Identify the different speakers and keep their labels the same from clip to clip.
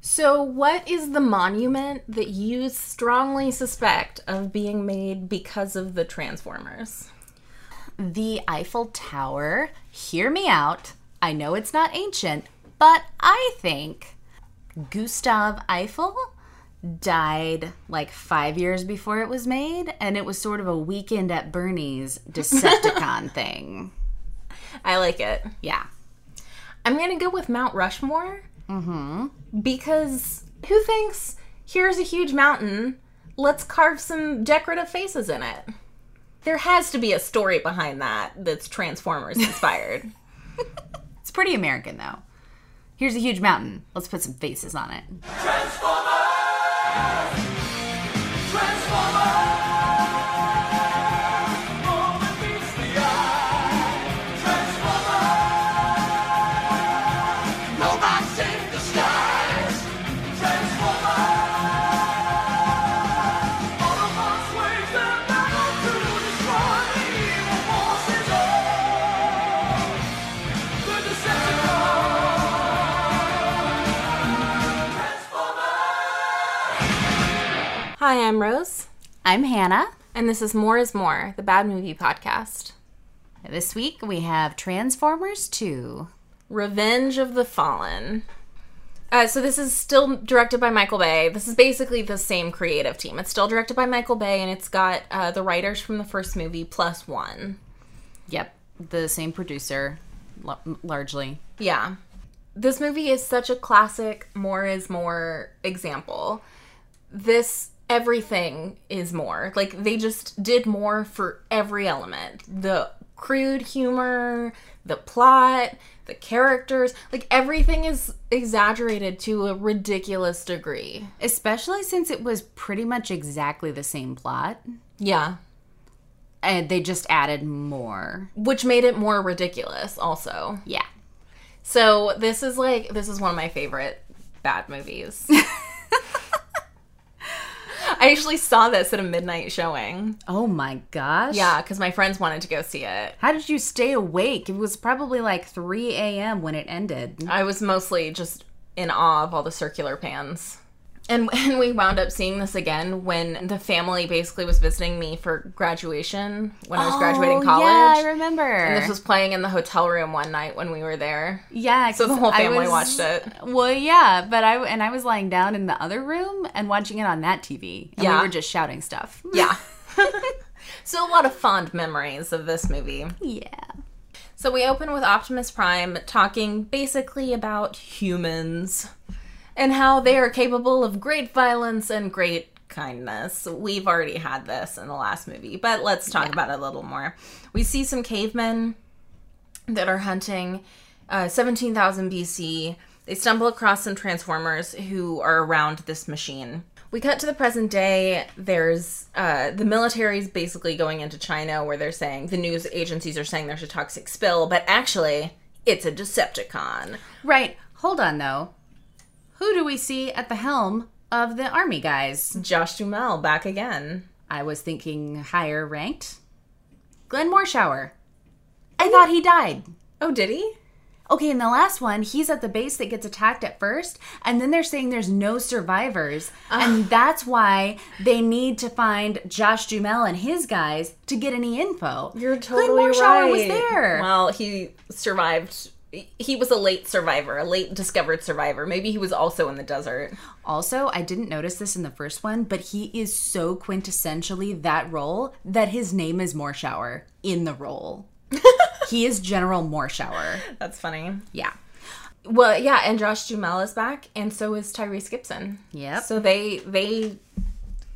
Speaker 1: So, what is the monument that you strongly suspect of being made because of the Transformers?
Speaker 2: The Eiffel Tower, hear me out. I know it's not ancient, but I think Gustav Eiffel died like five years before it was made, and it was sort of a weekend at Bernie's Decepticon thing.
Speaker 1: I like it.
Speaker 2: Yeah.
Speaker 1: I'm going to go with Mount Rushmore. Mm-hmm. Because who thinks, here's a huge mountain, let's carve some decorative faces in it? There has to be a story behind that that's Transformers inspired.
Speaker 2: It's pretty American, though. Here's a huge mountain. Let's put some faces on it.
Speaker 1: Hi, I'm Rose,
Speaker 2: I'm Hannah.
Speaker 1: and this is More is More, the Bad Movie Podcast.
Speaker 2: This week we have Transformers 2.
Speaker 1: Revenge of the Fallen. Uh, so this is still directed by Michael Bay. This is basically the same creative team. It's still directed by Michael Bay, and it's got uh, the writers from the first movie plus one.
Speaker 2: Yep, the same producer, l- largely.
Speaker 1: Yeah. This movie is such a classic more is more example. This everything is more. Like they just did more for every element. The crude humor, the plot, the characters, like everything is exaggerated to a ridiculous degree.
Speaker 2: Especially since it was pretty much exactly the same plot,
Speaker 1: Yeah.
Speaker 2: and they just added more.
Speaker 1: Which made it more ridiculous also.
Speaker 2: Yeah.
Speaker 1: So this is like this is one of my favorite bad movies. I actually saw this at a midnight showing.
Speaker 2: Oh my gosh.
Speaker 1: Yeah, because my friends wanted to go see it.
Speaker 2: How did you stay awake? It was probably like 3 a.m. when it ended.
Speaker 1: I was mostly just in awe of all the circular pans. And, and we wound up seeing this again when the family basically was visiting me for graduation when I was graduating college.
Speaker 2: Oh, Yeah, I remember.
Speaker 1: and this was playing in the hotel room one night when we were there.
Speaker 2: yeah,
Speaker 1: So the
Speaker 2: 'cause
Speaker 1: whole
Speaker 2: I
Speaker 1: family
Speaker 2: was-
Speaker 1: watched it.
Speaker 2: Well, yeah, but I and I was lying down in the other room and watching it on that TV. And
Speaker 1: Yeah.
Speaker 2: we were just shouting stuff.
Speaker 1: Yeah. so a lot of fond memories of this movie.
Speaker 2: Yeah.
Speaker 1: So we open with Optimus Prime talking basically about humans and how they are capable of great violence and great kindness. We've already had this in the last movie, but let's talk about it a little more. We see some cavemen that are hunting uh, 17,000 BC. They stumble across some Transformers who are around this machine. We cut to the present day. There's uh, the military's basically going into China where they're saying the news agencies are saying there's a toxic spill, but actually it's a Decepticon.
Speaker 2: Right. Hold on though. Who do we see at the helm of the army guys?
Speaker 1: Josh Dumel back again.
Speaker 2: I was thinking higher ranked. Glenn Morshower. I thought he died.
Speaker 1: Oh, did he?
Speaker 2: Okay, in the last one, he's at the base that gets attacked at first, and then they're saying there's no survivors, and that's why they need to find Josh Jumel and his guys to get any info. Glenn Morshower was there.
Speaker 1: Well, he survived. He was a late survivor, a late discovered survivor. Maybe he was also in the desert.
Speaker 2: Also, I didn't notice this in the first one, but he is so quintessentially that role that his name is Morshower in the role. he is General Morshower.
Speaker 1: That's funny.
Speaker 2: Yeah.
Speaker 1: Well, yeah, and Josh Jumel is back, and so is Tyrese Gibson.
Speaker 2: Yep.
Speaker 1: So they they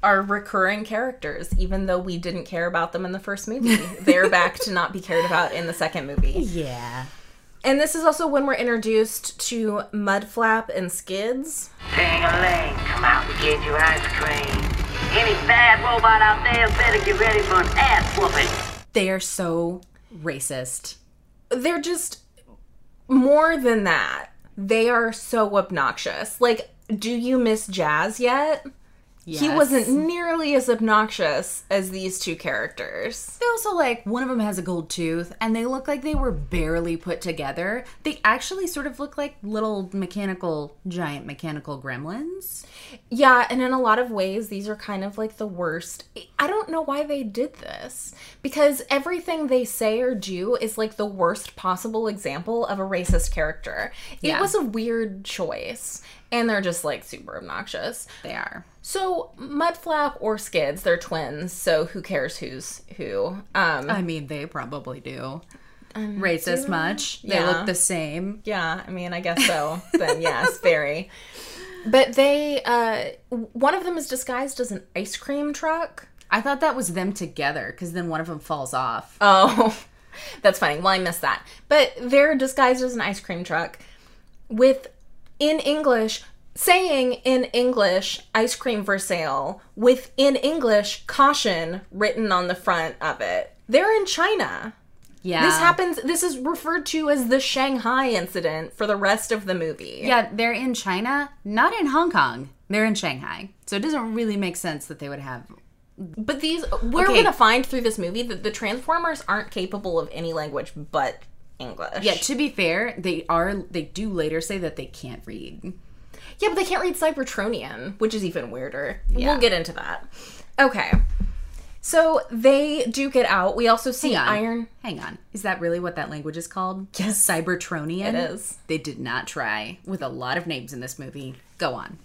Speaker 1: are recurring characters, even though we didn't care about them in the first movie. They're back to not be cared about in the second movie.
Speaker 2: Yeah.
Speaker 1: And this is also when we're introduced to Mudflap and Skids.
Speaker 3: Ding-a-ling, come out, we gave you ice cream. Any bad robot out there better get ready for an ass whooping.
Speaker 2: They are so racist.
Speaker 1: They're just more than that. They are so obnoxious. Like, do you miss jazz yet? He wasn't nearly as obnoxious as these two characters.
Speaker 2: They also like one of them has a gold tooth, and they look like they were barely put together. They actually sort of look like little mechanical, giant mechanical gremlins.
Speaker 1: Yeah, and in a lot of ways, these are kind of like the worst. I don't know why they did this because everything they say or do is like the worst possible example of a racist character. It
Speaker 2: Yeah.
Speaker 1: was a weird choice, and they're just like super obnoxious.
Speaker 2: They are.
Speaker 1: So Mudflap or Skids, they're twins, so who cares who's who? Um,
Speaker 2: I mean, they probably do. Racist much. Um, They
Speaker 1: yeah.
Speaker 2: look the same.
Speaker 1: Yeah, I mean, I guess so. then yes, very. But they, uh, w- one of them is disguised as an ice cream truck.
Speaker 2: I thought that was them together because then one of them falls off.
Speaker 1: Oh, that's funny. Well, I missed that. But they're disguised as an ice cream truck with, in English, saying in English, ice cream for sale, with in English, caution written on the front of it. They're in China.
Speaker 2: Yeah.
Speaker 1: This happens, this is referred to as the Shanghai incident for the rest of the movie.
Speaker 2: Yeah, they're in China, not in Hong Kong. They're in Shanghai. So it doesn't really make sense that they would have.
Speaker 1: But these, we're
Speaker 2: Okay.
Speaker 1: gonna find through this movie that the Transformers aren't capable of any language but English.
Speaker 2: Yeah, to be fair, they are. They do later say that they can't read.
Speaker 1: yeah, but they can't read Cybertronian, which is even weirder.
Speaker 2: Yeah.
Speaker 1: We'll get into that. Okay, so they do get out. We also see
Speaker 2: on.
Speaker 1: Iron.
Speaker 2: Hang on, is that really what that language is called? Yes, Cybertronian.
Speaker 1: It is.
Speaker 2: They did not try with a lot of names in this movie. Go on.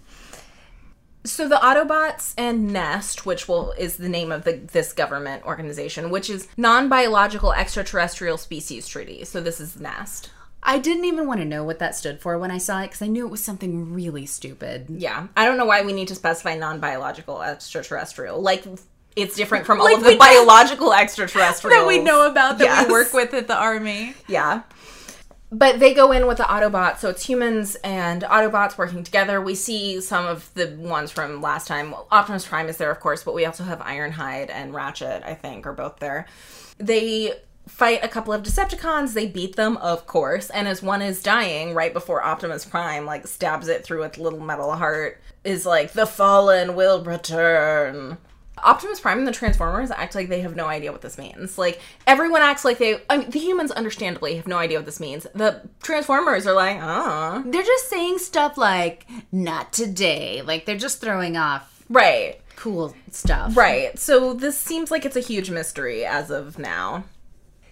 Speaker 1: So the Autobots and Nest, which will is the name of the this government organization, which is non-biological extraterrestrial species treaty. So this is Nest.
Speaker 2: I didn't even want to know what that stood for when I saw it because I knew it was something really stupid.
Speaker 1: Yeah, I don't know why we need to specify non-biological extraterrestrial. Like it's different from all
Speaker 2: Like
Speaker 1: of the
Speaker 2: we know-
Speaker 1: biological extraterrestrials
Speaker 2: about
Speaker 1: Yes.
Speaker 2: with at the army.
Speaker 1: Yeah. But they go in with the Autobots, so it's humans and Autobots working together. We see some of the ones from last time. Optimus Prime is there, of course, but we also have Ironhide and Ratchet, I think, are both there. They fight a couple of Decepticons. They beat them, of course, and as one is dying right before Optimus Prime, like, stabs it through its little metal heart, is like, the fallen will return. Optimus Prime and the Transformers act like they have no idea what this means. Like everyone acts like they, I mean, the humans understandably have no idea what this means. The Transformers are like, uh,
Speaker 2: They're just saying stuff like "not today," like they're just throwing off
Speaker 1: right,
Speaker 2: cool stuff.
Speaker 1: right. So this seems like it's a huge mystery as of now.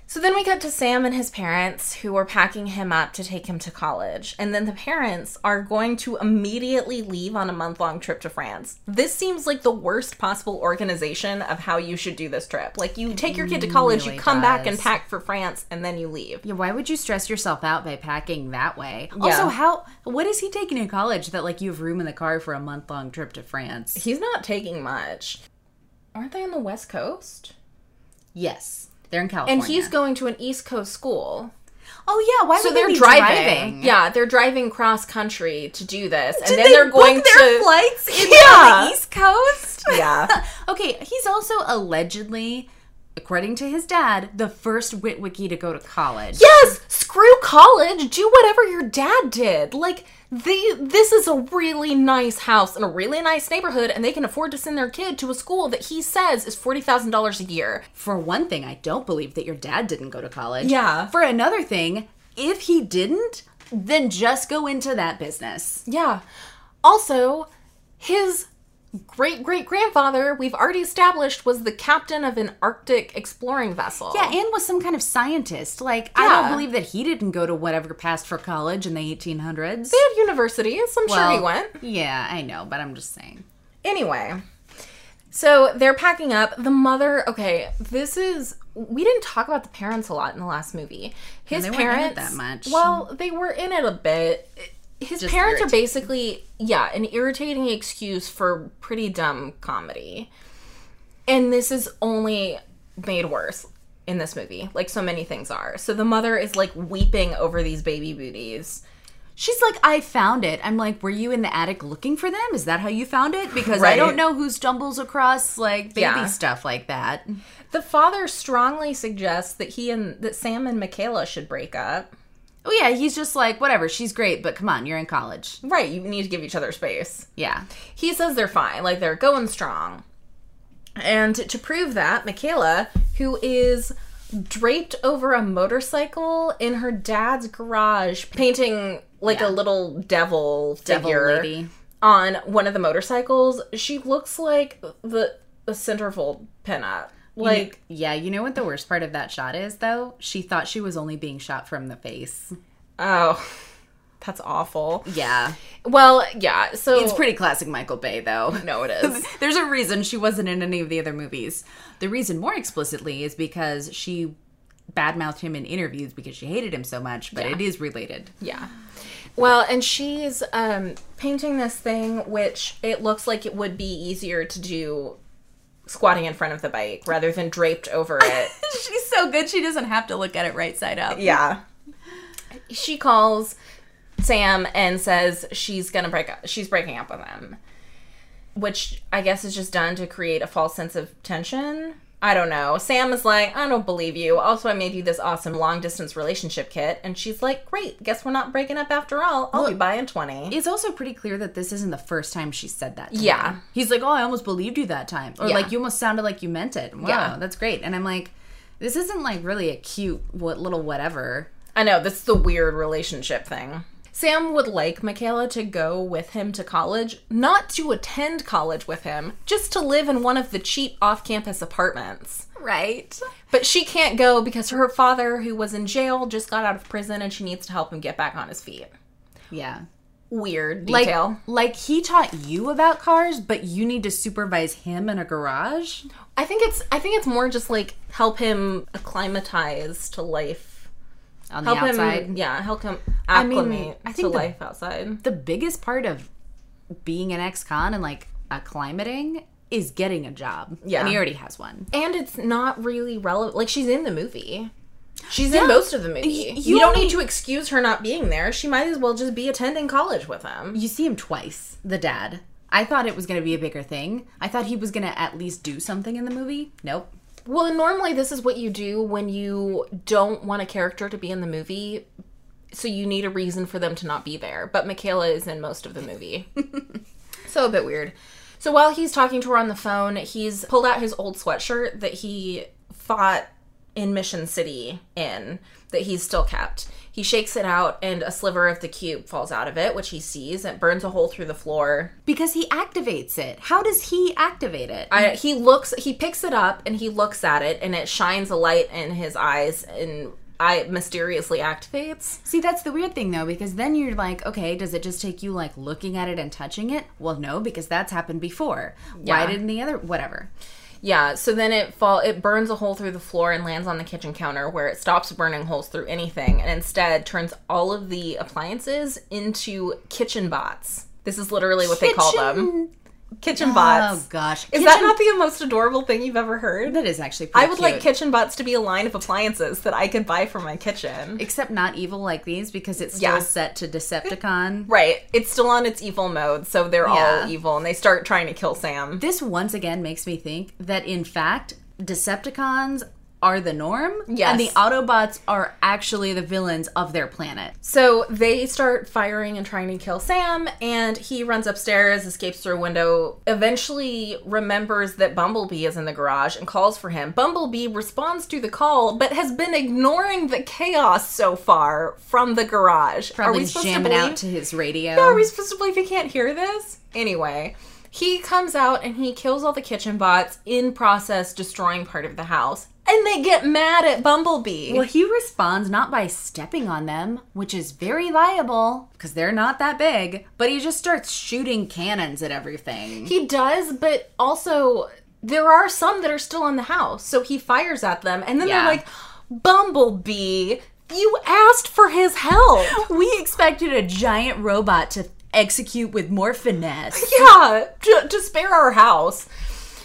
Speaker 1: So then we cut to Sam and his parents who are packing him up to take him to college. And then the parents are going to immediately leave on a month long trip to France. This seems like the worst possible organization of how you should do this trip. Like, you take your kid to college,
Speaker 2: really
Speaker 1: you come back and
Speaker 2: does.
Speaker 1: pack for France, and then you leave.
Speaker 2: Yeah, why would you stress yourself out by packing that way?
Speaker 1: Yeah.
Speaker 2: Also, how what is he taking in college that like you have room in the car for a month long trip to France?
Speaker 1: He's not taking much. Aren't they on the West Coast?
Speaker 2: Yes. They're in
Speaker 1: And
Speaker 2: California.
Speaker 1: he's going to an East Coast school.
Speaker 2: Oh yeah, why
Speaker 1: So
Speaker 2: would
Speaker 1: they're
Speaker 2: they be
Speaker 1: driving.
Speaker 2: driving?
Speaker 1: Yeah, they're driving cross country to do this. and
Speaker 2: Did
Speaker 1: then
Speaker 2: they
Speaker 1: are going
Speaker 2: book their
Speaker 1: to
Speaker 2: flights in
Speaker 1: Yeah.
Speaker 2: on the East Coast?
Speaker 1: Yeah.
Speaker 2: okay, he's also allegedly according to his dad, the first witwicky to go to college.
Speaker 1: Yes, screw college. Do whatever your dad did. Like the this is a really nice house in a really nice neighborhood and they can afford to send their kid to a school that he says is $40,000 a year.
Speaker 2: For one thing, I don't believe that your dad didn't go to college.
Speaker 1: Yeah.
Speaker 2: For another thing, if he didn't, then just go into that business.
Speaker 1: Yeah. Also, his great great grandfather, we've already established, was the captain of an Arctic exploring vessel.
Speaker 2: Yeah, and was some kind of scientist. Like, I
Speaker 1: Yeah.
Speaker 2: don't believe that he didn't go to whatever passed for college in the 1800s.
Speaker 1: He had universities. I'm sure he went.
Speaker 2: Yeah, I know, but I'm just saying.
Speaker 1: Anyway, so they're packing up. The mother, okay, this is we didn't talk about the parents a lot in the last movie. His
Speaker 2: they weren't in it
Speaker 1: parents
Speaker 2: that much.
Speaker 1: Well, they were in it a bit. His
Speaker 2: Just
Speaker 1: parents are basically yeah, an irritating excuse for pretty dumb comedy. And this is only made worse in this movie, like so many things are. So the mother is like weeping over these baby booties.
Speaker 2: She's like, I found it. I'm like, were you in the attic looking for them? Is that how you found it? Because I
Speaker 1: Right.
Speaker 2: don't know who stumbles across like baby
Speaker 1: Yeah.
Speaker 2: stuff like that.
Speaker 1: The father strongly suggests that he and that Sam and Michaela should break up.
Speaker 2: Oh yeah, he's just like whatever. She's great, but come on, you're in college.
Speaker 1: Right, you need to give each other space.
Speaker 2: Yeah.
Speaker 1: He says they're fine, like they're going strong. And to prove that, Michaela, who is draped over a motorcycle in her dad's garage, painting like a little devil
Speaker 2: Devil
Speaker 1: figure
Speaker 2: lady.
Speaker 1: on one of the motorcycles, she looks like the the centerfold pinup. Like
Speaker 2: Yeah, you know what the worst part of that shot is though? She thought she was only being shot from the face.
Speaker 1: oh, that's awful.
Speaker 2: Yeah.
Speaker 1: Well, yeah. So
Speaker 2: It's pretty classic Michael Bay though.
Speaker 1: No, it is.
Speaker 2: There's a reason she wasn't in any of the other movies. The reason more explicitly is because she badmouthed him in interviews because she hated him so much, but it is related.
Speaker 1: Yeah. Well, and she's um, painting this thing, which it looks like it would be easier to do squatting in front of the bike rather than draped over it.
Speaker 2: She's so good she doesn't have to look at it right side up.
Speaker 1: yeah. She calls Sam and says she's gonna break up. She's breaking up with him, which I guess is just done to create a false sense of tension. I don't know. Sam is like, I don't believe you. Also, I made you this awesome long distance relationship kit, and she's like, Great, guess we're not breaking up after all. I'll be buying twenty.
Speaker 2: It's also pretty clear that this isn't the first time she said that. to
Speaker 1: Yeah.
Speaker 2: him. He's like, "Oh, I almost believed you that time." Or
Speaker 1: Yeah.
Speaker 2: like, "You almost sounded like you meant it." Wow,
Speaker 1: Yeah.
Speaker 2: that's great. And I'm like, this isn't like really a cute what little whatever.
Speaker 1: I know, that's the weird relationship thing. Sam would like Michaela to go with him to college, not to attend college with him, just to live in one of the cheap off campus apartments.
Speaker 2: Right.
Speaker 1: But she can't go because her father, who was in jail, just got out of prison and she needs to help him get back on his feet.
Speaker 2: Yeah.
Speaker 1: Weird
Speaker 2: Like,
Speaker 1: detail.
Speaker 2: like he taught you about cars, but you need to supervise him in a garage.
Speaker 1: I think it's I think it's more just like help him acclimatize to life.
Speaker 2: on
Speaker 1: Help
Speaker 2: the outside.
Speaker 1: him yeah, help him
Speaker 2: I mean,
Speaker 1: acclimate
Speaker 2: I
Speaker 1: to
Speaker 2: think the-
Speaker 1: life outside.
Speaker 2: The biggest part of being an ex-con and like acclimating is getting a job.
Speaker 1: Yeah.
Speaker 2: and he already has one.
Speaker 1: and it's not really relevant. Like she's in the movie. She's in most of the movie.
Speaker 2: Y-
Speaker 1: you,
Speaker 2: you
Speaker 1: don't
Speaker 2: only-
Speaker 1: need to excuse her not being there. She might as well just be attending college with him.
Speaker 2: You see him twice, the dad. I thought it was going to be a bigger thing. I thought he was going to at least do something in the movie. Nope.
Speaker 1: Well, and normally this is what you do when you don't want a character to be in the movie, so you need a reason for them to not be there. But Michaela is in most of the movie. so a bit weird. So while he's talking to her on the phone, he's pulled out his old sweatshirt that he fought in Mission City in that he's still kept. He shakes it out and a sliver of the cube falls out of it, which he sees and burns a hole through the floor.
Speaker 2: Because he activates it. How does he activate it?
Speaker 1: I, he looks he picks it up and he looks at it and it shines a light in his eyes and I mysteriously activates.
Speaker 2: see, that's the weird thing though, because then you're like, okay, does it just take you like looking at it and touching it? Well, no, because that's happened before.
Speaker 1: Yeah.
Speaker 2: Why didn't the other? Whatever.
Speaker 1: Yeah, so then it fall it burns a hole through the floor and lands on the kitchen counter where it stops burning holes through anything and instead turns all of the appliances into kitchen bots. This is literally what they call them. Kitchen bots.
Speaker 2: Oh gosh,
Speaker 1: Is that not the most adorable thing you've ever heard?
Speaker 2: That is actually. Pretty
Speaker 1: I would
Speaker 2: cute.
Speaker 1: like kitchen bots to be a line of appliances that I could buy for my kitchen.
Speaker 2: except not evil like these because it's still
Speaker 1: Yeah.
Speaker 2: set to Decepticon.
Speaker 1: Right. It's still on its evil mode, so they're
Speaker 2: Yeah.
Speaker 1: all evil and they start trying to kill Sam.
Speaker 2: This once again makes me think that in fact, Decepticons are the norm,
Speaker 1: Yes.
Speaker 2: and the Autobots are actually the villains of their planet.
Speaker 1: So they start firing and trying to kill Sam, and he runs upstairs, escapes through a window, eventually remembers that Bumblebee is in the garage and calls for him. Bumblebee responds to the call, but has been ignoring the chaos so far from the garage.
Speaker 2: Probably
Speaker 1: supposed to
Speaker 2: jamming out
Speaker 1: believe-
Speaker 2: to his radio.
Speaker 1: Are we supposed to believe he can't hear this? Anyway, he comes out and he kills all the kitchen bots in process, destroying part of the house. And they get mad at Bumblebee.
Speaker 2: well, he responds not by stepping on them, which is very liable because they're not that big, but he just starts shooting cannons at everything.
Speaker 1: He does, but also there are some that are still in the house, so he fires at them, and then
Speaker 2: Yeah.
Speaker 1: they're like, "Bumblebee, you asked for his help."
Speaker 2: we expected a giant robot to execute with more finesse.
Speaker 1: yeah, to, to spare our house.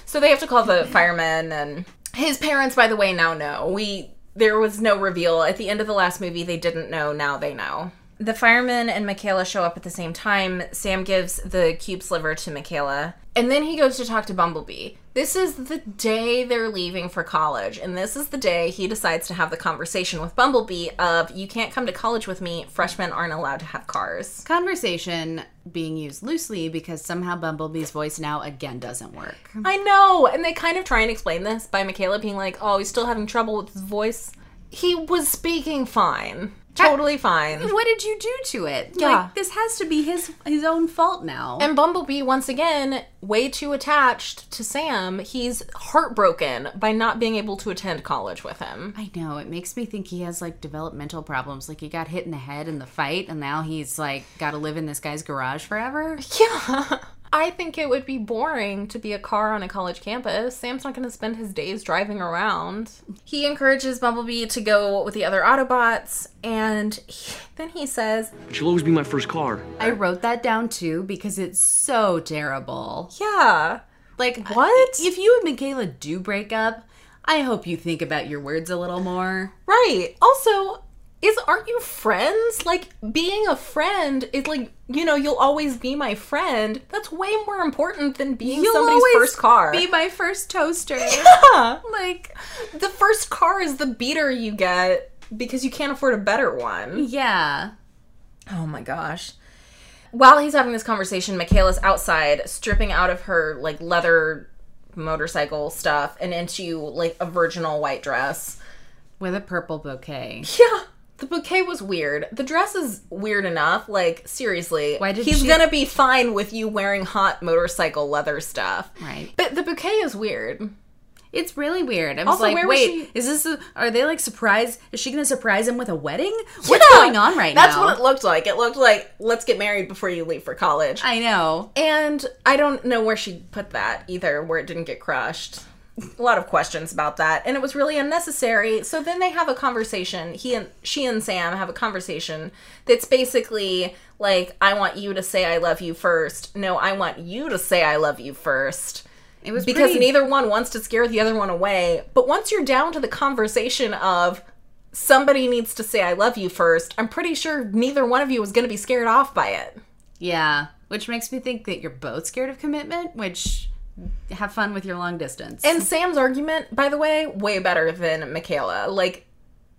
Speaker 1: So they have to call the firemen, and his parents, by the way, now know. We there was no reveal at the end of the last movie. They didn't know. Now they know. The firemen and Michaela show up at the same time. Sam gives the cube sliver to Michaela. And then he goes to talk to Bumblebee. This is the day they're leaving for college. And this is the day he decides to have the conversation with Bumblebee of, you can't come to college with me. Freshmen aren't allowed to have cars.
Speaker 2: Conversation being used loosely because somehow Bumblebee's voice now again doesn't work.
Speaker 1: I know. And they kind of try and explain this by Michaela being like, oh, he's still having trouble with his voice. He was speaking fine. Totally fine.
Speaker 2: What did you do to it?
Speaker 1: Yeah.
Speaker 2: Like, this has to be his his own fault now.
Speaker 1: And Bumblebee, once again, way too attached to Sam. He's heartbroken by not being able to attend college with him.
Speaker 2: I know. It makes me think he has like developmental problems. Like he got hit in the head in the fight, and now he's like got to live in this guy's garage forever.
Speaker 1: Yeah. I think it would be boring to be a car on a college campus. Sam's not going to spend his days driving around. He encourages Bumblebee to go with the other Autobots, and he- then he says,
Speaker 4: She'll always be my first car.
Speaker 2: I wrote that down too because it's so terrible.
Speaker 1: Yeah.
Speaker 2: Like
Speaker 1: What?
Speaker 2: If you and Michaela do break up, I hope you think about your words a little more.
Speaker 1: Right. Also, is aren't you friends? Like being a friend is like you know you'll always be my friend. That's way more important than being somebody's first car.
Speaker 2: Be my first toaster.
Speaker 1: Yeah.
Speaker 2: like
Speaker 1: The first car is the beater you get because you can't afford a better one.
Speaker 2: yeah.
Speaker 1: Oh my gosh. While he's having this conversation, Michaela's outside stripping out of her like leather motorcycle stuff and into like a virginal white dress.
Speaker 2: With a purple bouquet.
Speaker 1: Yeah. The bouquet was weird. The dress is weird enough. Like, seriously.
Speaker 2: Why did
Speaker 1: He's
Speaker 2: she-
Speaker 1: gonna be fine with you wearing hot motorcycle leather stuff.
Speaker 2: Right.
Speaker 1: But the bouquet is weird.
Speaker 2: It's really weird. I was
Speaker 1: Also,
Speaker 2: like,
Speaker 1: where was
Speaker 2: wait,
Speaker 1: she-
Speaker 2: is this? A, are they like surprised? Is she gonna surprise him with a wedding? What's going on right
Speaker 1: That's
Speaker 2: now?
Speaker 1: what it looked like. It looked like, let's get married before you leave for college.
Speaker 2: I know.
Speaker 1: and I don't know where she put that either, where it didn't get crushed. A lot of questions about that, and it was really unnecessary. So then they have a conversation. He and she and Sam have a conversation that's basically like, "I want you to say I love you first. No, I want you to say I love you first.
Speaker 2: It was
Speaker 1: because
Speaker 2: pretty-
Speaker 1: neither one wants to scare the other one away. But once you're down to the conversation of somebody needs to say I love you first, I'm pretty sure neither one of you is going to be scared off by it.
Speaker 2: Yeah, which makes me think that you're both scared of commitment. Which have fun with your long distance.
Speaker 1: And Sam's argument, by the way, way better than Michaela. Like,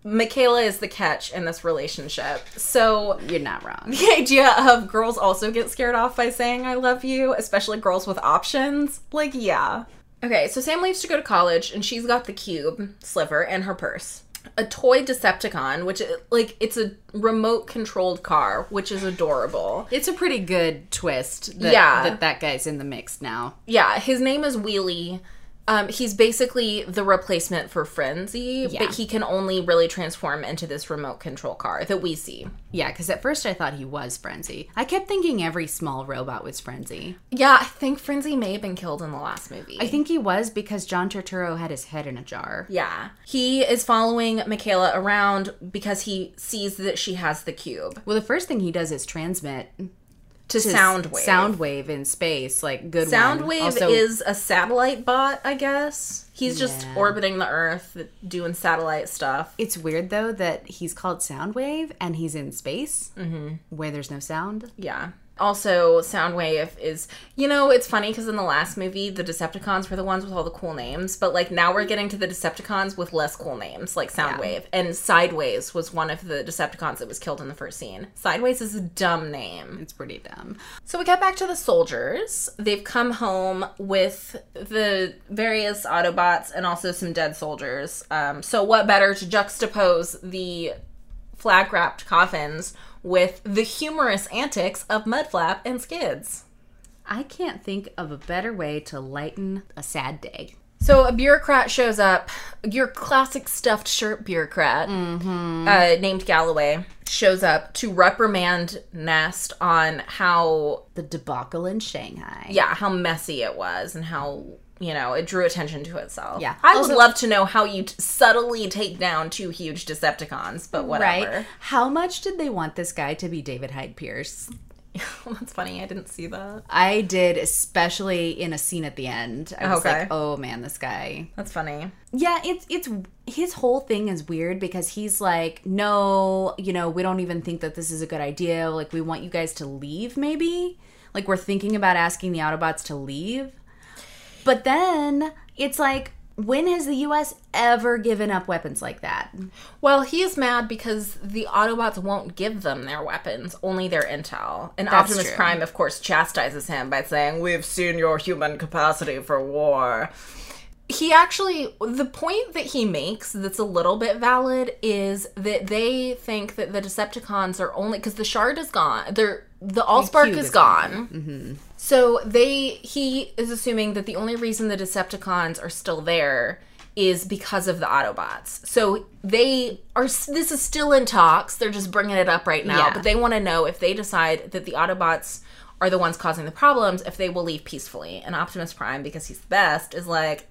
Speaker 1: Michaela is the catch in this relationship. So,
Speaker 2: you're not wrong.
Speaker 1: the idea of girls also get scared off by saying I love you, especially girls with options, like, yeah. Okay, so Sam leaves to go to college, and she's got the cube, sliver, and her purse. A toy Decepticon, which, like, it's a remote controlled car, which is adorable.
Speaker 2: It's a pretty good twist. That,
Speaker 1: Yeah.
Speaker 2: that that guy's in the mix now.
Speaker 1: Yeah, his name is Wheelie. Um, he's basically the replacement for Frenzy,
Speaker 2: Yeah.
Speaker 1: but he can only really transform into this remote control car that we see.
Speaker 2: Yeah, because at first I thought he was Frenzy. I kept thinking every small robot was Frenzy.
Speaker 1: Yeah, I think Frenzy may have been killed in the last movie.
Speaker 2: I think he was because John Turturro had his head in a jar.
Speaker 1: yeah. He is following Michaela around because he sees that she has the cube
Speaker 2: Well, the first thing he does is transmit
Speaker 1: to
Speaker 2: to
Speaker 1: Soundwave.
Speaker 2: Soundwave in space, like good. one.
Speaker 1: Soundwave
Speaker 2: Also-
Speaker 1: is a satellite bot, I guess. He's just
Speaker 2: Yeah.
Speaker 1: orbiting the Earth, doing satellite stuff.
Speaker 2: It's weird though that he's called Soundwave and he's in space where there's no sound.
Speaker 1: Yeah. Also, Soundwave is, you know, it's funny because in the last movie, the Decepticons were the ones with all the cool names, but like now we're getting to the Decepticons with less cool names, like Soundwave. And Sideways was one of the Decepticons that was killed in the first scene. Sideways is a dumb name.
Speaker 2: It's pretty dumb.
Speaker 1: So we get back to the soldiers. They've come home with the various Autobots and also some dead soldiers. Um, so, what better to juxtapose the flag wrapped coffins with the humorous antics of Mudflap and Skids?
Speaker 2: I can't think of a better way to lighten a sad day.
Speaker 1: So a bureaucrat shows up, your classic stuffed shirt bureaucrat, uh, named Galloway, shows up to reprimand Nest on how
Speaker 2: The debacle in Shanghai.
Speaker 1: yeah, how messy it was and how, you know, it drew attention to itself.
Speaker 2: Yeah.
Speaker 1: I would
Speaker 2: Also-
Speaker 1: love to know how you t- subtly take down two huge Decepticons, but whatever.
Speaker 2: Right? How much did they want this guy to be David Hyde Pierce?
Speaker 1: That's funny. I didn't see that.
Speaker 2: I did, especially in a scene at the end. I was
Speaker 1: Okay.
Speaker 2: like, oh man, this guy.
Speaker 1: That's funny.
Speaker 2: Yeah, it's it's his whole thing is weird because he's like, no, you know, we don't even think that this is a good idea. Like, we want you guys to leave, maybe. Like, we're thinking about asking the Autobots to leave. But then it's like, when has the U.S. ever given up weapons like that?
Speaker 1: Well, he's mad because the Autobots won't give them their weapons, only their intel. And
Speaker 2: That's
Speaker 1: Optimus
Speaker 2: true.
Speaker 1: Prime, of course, chastises him by saying, We've seen your human capacity for war. He actually, the point that he makes that's a little bit valid is that they think that the Decepticons are only because the shard is gone. They're, the Allspark
Speaker 2: cube
Speaker 1: is
Speaker 2: is
Speaker 1: gone. So they he is assuming that the only reason the Decepticons are still there is because of the Autobots. So they are s- this is still in talks. They're just bringing it up right now,
Speaker 2: Yeah.
Speaker 1: but they want to know if they decide that the Autobots are the ones causing the problems if they will leave peacefully. And Optimus Prime because he's the best is like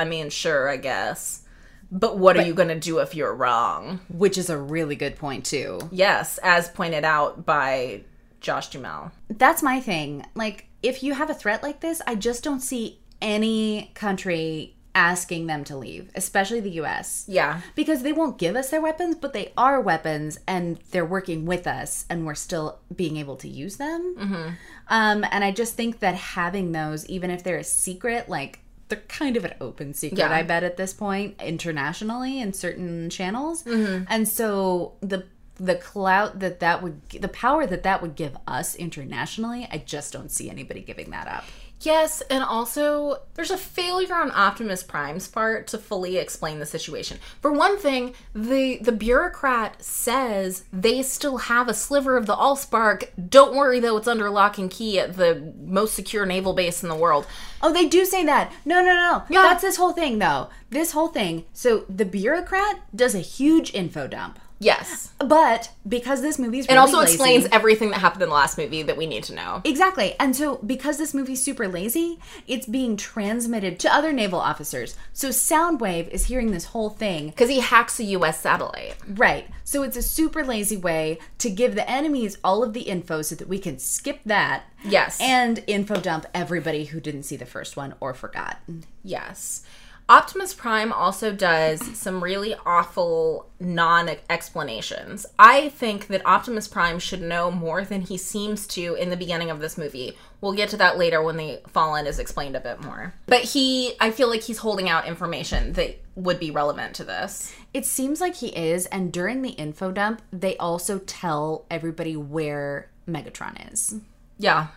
Speaker 1: I mean, sure, I guess. But what are you going to do if you're wrong?
Speaker 2: Which is a really good point too.
Speaker 1: Yes, as pointed out by Josh Duhamel.
Speaker 2: that's my thing. Like, if you have a threat like this, I just don't see any country asking them to leave, especially the US.
Speaker 1: Yeah.
Speaker 2: Because they won't give us their weapons, but they are weapons and they're working with us and we're still being able to use them. Um, and I just think that having those, even if they're a secret, like they're kind of an open secret,
Speaker 1: Yeah.
Speaker 2: I bet, at this point, internationally in certain channels. And so the the clout that that would the power that that would give us internationally i just don't see anybody giving that up
Speaker 1: Yes, and also there's a failure on Optimus Prime's part to fully explain the situation. For one thing, the the bureaucrat says they still have a sliver of the Allspark. Don't worry though, it's under lock and key at the most secure naval base in the world.
Speaker 2: Oh, they do say that. No, no, no.
Speaker 1: Yeah.
Speaker 2: That's this whole thing, though. This whole thing. So the bureaucrat does a huge info dump.
Speaker 1: Yes.
Speaker 2: But because this movie's really
Speaker 1: and also
Speaker 2: lazy,
Speaker 1: explains everything that happened in the last movie that we need to know.
Speaker 2: Exactly. And so because this movie's super lazy, it's being transmitted to other naval officers. So Soundwave is hearing this whole thing.
Speaker 1: Cuz he hacks a US satellite.
Speaker 2: Right. So it's a super lazy way to give the enemies all of the info so that we can skip that.
Speaker 1: Yes.
Speaker 2: And info dump everybody who didn't see the first one or forgot.
Speaker 1: Yes. Optimus Prime also does some really awful non explanations. I think that Optimus Prime should know more than he seems to in the beginning of this movie. We'll get to that later when the Fallen is explained a bit more. But he, I feel like he's holding out information that would be relevant to this.
Speaker 2: It seems like he is, and during the info dump, they also tell everybody where Megatron is.
Speaker 1: Yeah.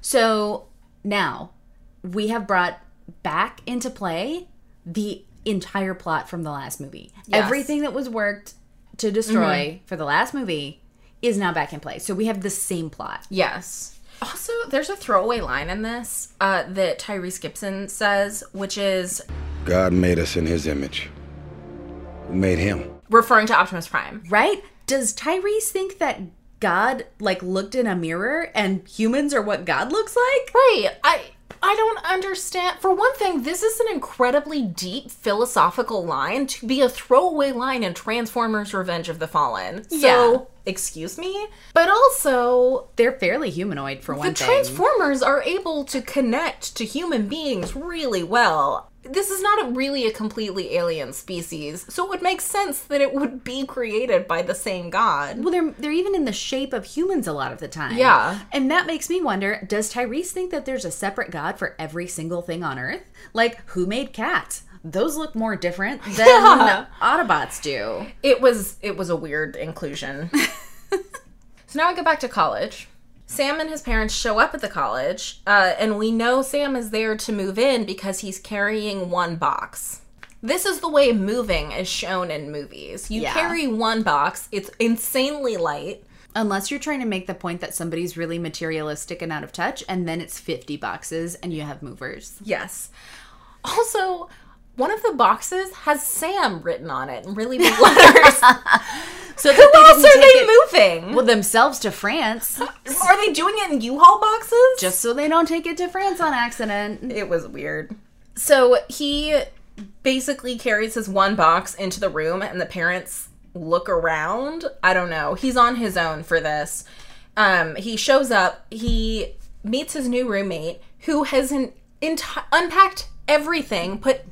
Speaker 2: So now we have brought back into play the entire plot from the last movie.
Speaker 1: Yes. Mm-hmm.
Speaker 2: Everything that was worked to destroy for the last movie is now back in play. So we have the same plot.
Speaker 1: Yes. Also, there's a throwaway line in this uh, that Tyrese Gibson says, which is
Speaker 4: God made us in his image. Who made him?
Speaker 1: referring to Optimus Prime.
Speaker 2: Right? Does Tyrese think that God like looked in a mirror and humans are what God looks like?
Speaker 1: Right. I I don't understand. For one thing, this is an incredibly deep philosophical line to be a throwaway line in Transformers Revenge of the Fallen. So,
Speaker 2: Yeah.
Speaker 1: excuse me, but also
Speaker 2: They're fairly humanoid for one
Speaker 1: the
Speaker 2: thing.
Speaker 1: Transformers are able to connect to human beings really well. This is not a, really a completely alien species, so it would make sense that it would be created by the same god.
Speaker 2: Well, they're they're even in the shape of humans a lot of the time.
Speaker 1: Yeah.
Speaker 2: and that makes me wonder: Does Tyrese think that there's a separate god for every single thing on Earth? Like, who made cats? Those look more different than
Speaker 1: Yeah.
Speaker 2: Autobots do.
Speaker 1: it was it was a weird inclusion. so now I go back to college. Sam and his parents show up at the college, uh, and we know Sam is there to move in because he's carrying one box. This is the way moving is shown in movies. You
Speaker 2: Yeah.
Speaker 1: carry one box, it's insanely light.
Speaker 2: Unless you're trying to make the point that somebody's really materialistic and out of touch, and then it's 50 boxes and you have movers.
Speaker 1: Yes. Also, one of the boxes has Sam written on it in really big letters.
Speaker 2: So that
Speaker 1: Who else
Speaker 2: didn't
Speaker 1: are
Speaker 2: take
Speaker 1: they
Speaker 2: it-
Speaker 1: moving?
Speaker 2: Well, themselves to France,
Speaker 1: are they doing it in U-Haul boxes?
Speaker 2: just so they don't take it to France on accident.
Speaker 1: it was weird. So he basically carries his one box into the room, and the parents look around. I don't know. He's on his own for this. Um, he shows up. He meets his new roommate, who has an enti- unpacked everything, put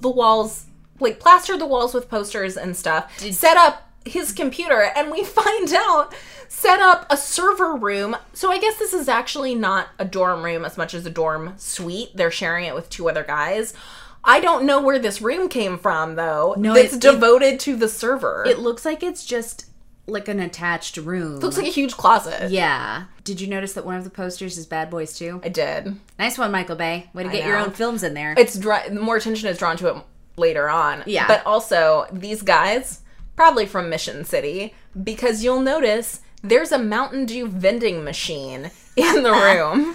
Speaker 1: the walls, like plastered the walls with posters and stuff, set up his computer, and we find out set up a server room. So I guess this is actually not a dorm room as much as a dorm suite. They're sharing it with two other guys. I don't know where this room came from though. No, it's
Speaker 2: it- it-
Speaker 1: devoted to the server.
Speaker 2: It looks like it's just like an attached room.
Speaker 1: looks like a huge closet.
Speaker 2: yeah. Did you notice that one of the posters is Bad Boys too?
Speaker 1: I did.
Speaker 2: Nice one, Michael Bay. Way to get your
Speaker 1: know.
Speaker 2: own films in there.
Speaker 1: It's dra- more attention is drawn to it later on.
Speaker 2: Yeah.
Speaker 1: But also these guys probably from Mission City because you'll notice there's a Mountain Dew vending machine in the room.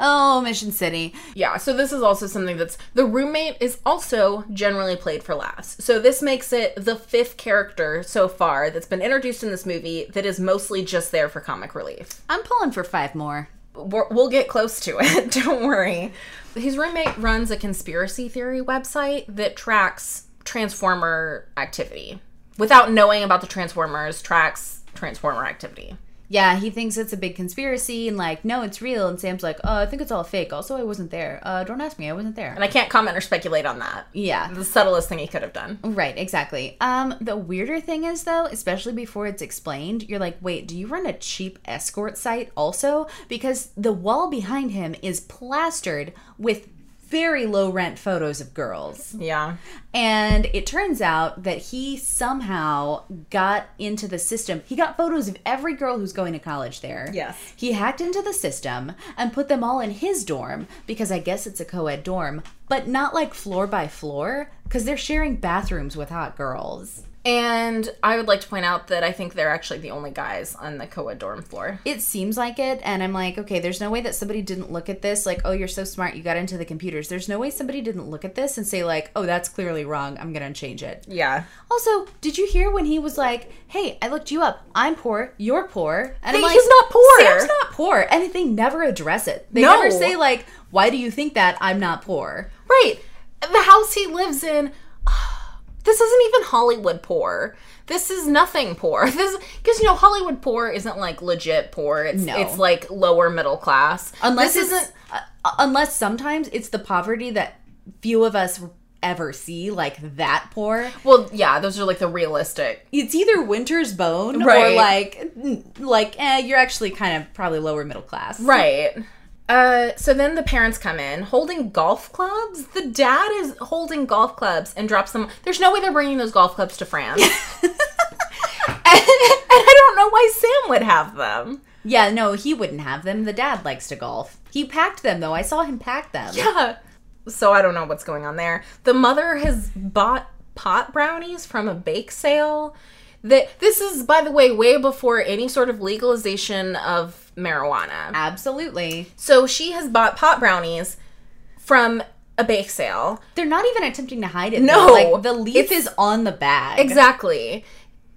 Speaker 2: oh, Mission City.
Speaker 1: Yeah, so this is also something that's the roommate is also generally played for laughs. So this makes it the fifth character so far that's been introduced in this movie that is mostly just there for comic relief.
Speaker 2: I'm pulling for five more.
Speaker 1: We're, we'll get close to it, don't worry. His roommate runs a conspiracy theory website that tracks Transformer activity. Without knowing about the Transformers, tracks Transformer activity.
Speaker 2: Yeah, he thinks it's a big conspiracy and like, no, it's real. And Sam's like, oh, I think it's all fake. Also, I wasn't there. Uh, don't ask me. I wasn't there.
Speaker 1: And I can't comment or speculate on that.
Speaker 2: yeah.
Speaker 1: The subtlest thing he could have done.
Speaker 2: Right, exactly. Um, the weirder thing is though, especially before it's explained, you're like, wait, do you run a cheap escort site also? Because the wall behind him is plastered with very low rent photos of girls.
Speaker 1: Yeah.
Speaker 2: And it turns out that he somehow got into the system. He got photos of every girl who's going to college there.
Speaker 1: Yes.
Speaker 2: He hacked into the system and put them all in his dorm because I guess it's a co ed dorm, but not like floor by floor because they're sharing bathrooms with hot girls.
Speaker 1: And I would like to point out that I think they're actually the only guys on the co-ed dorm floor.
Speaker 2: It seems like it. And I'm like, okay, there's no way that somebody didn't look at this. Like, oh, you're so smart. You got into the computers. There's no way somebody didn't look at this and say, like, oh, that's clearly wrong. I'm going to change it.
Speaker 1: Yeah.
Speaker 2: Also, did you hear when he was like, "Hey, I looked you up. I'm poor. You're poor." And
Speaker 1: Hey,
Speaker 2: I'm like,
Speaker 1: he's not poor.
Speaker 2: Sam's not poor." And they never address it. They
Speaker 1: No.
Speaker 2: never say like, "Why do you think that I'm not poor?"
Speaker 1: Right. The house he lives in this isn't even Hollywood poor. This is nothing poor. This because you know Hollywood poor isn't like legit poor. It's
Speaker 2: No.
Speaker 1: it's like lower middle class.
Speaker 2: Unless
Speaker 1: this
Speaker 2: it's,
Speaker 1: isn't
Speaker 2: uh, unless sometimes it's the poverty that few of us ever see like that poor.
Speaker 1: well, yeah, those are like the realistic.
Speaker 2: It's either winter's bone
Speaker 1: Right.
Speaker 2: or like mm, like eh, you're actually kind of probably lower middle class.
Speaker 1: Right. Uh, so then the parents come in holding golf clubs. The dad is holding golf clubs and drops them. There's no way they're bringing those golf clubs to France. and, I don't know why Sam would have them.
Speaker 2: Yeah, no, he wouldn't have them. The dad likes to golf. He packed them though. I saw him pack them.
Speaker 1: Yeah. So I don't know what's going on there. The mother has bought pot brownies from a bake sale. That this is, by the way, way before any sort of legalization of marijuana.
Speaker 2: Absolutely.
Speaker 1: So she has bought pot brownies from a bake sale.
Speaker 2: They're not even attempting to hide it.
Speaker 1: No,
Speaker 2: though. like the leaf
Speaker 1: it's-
Speaker 2: is on the bag.
Speaker 1: Exactly.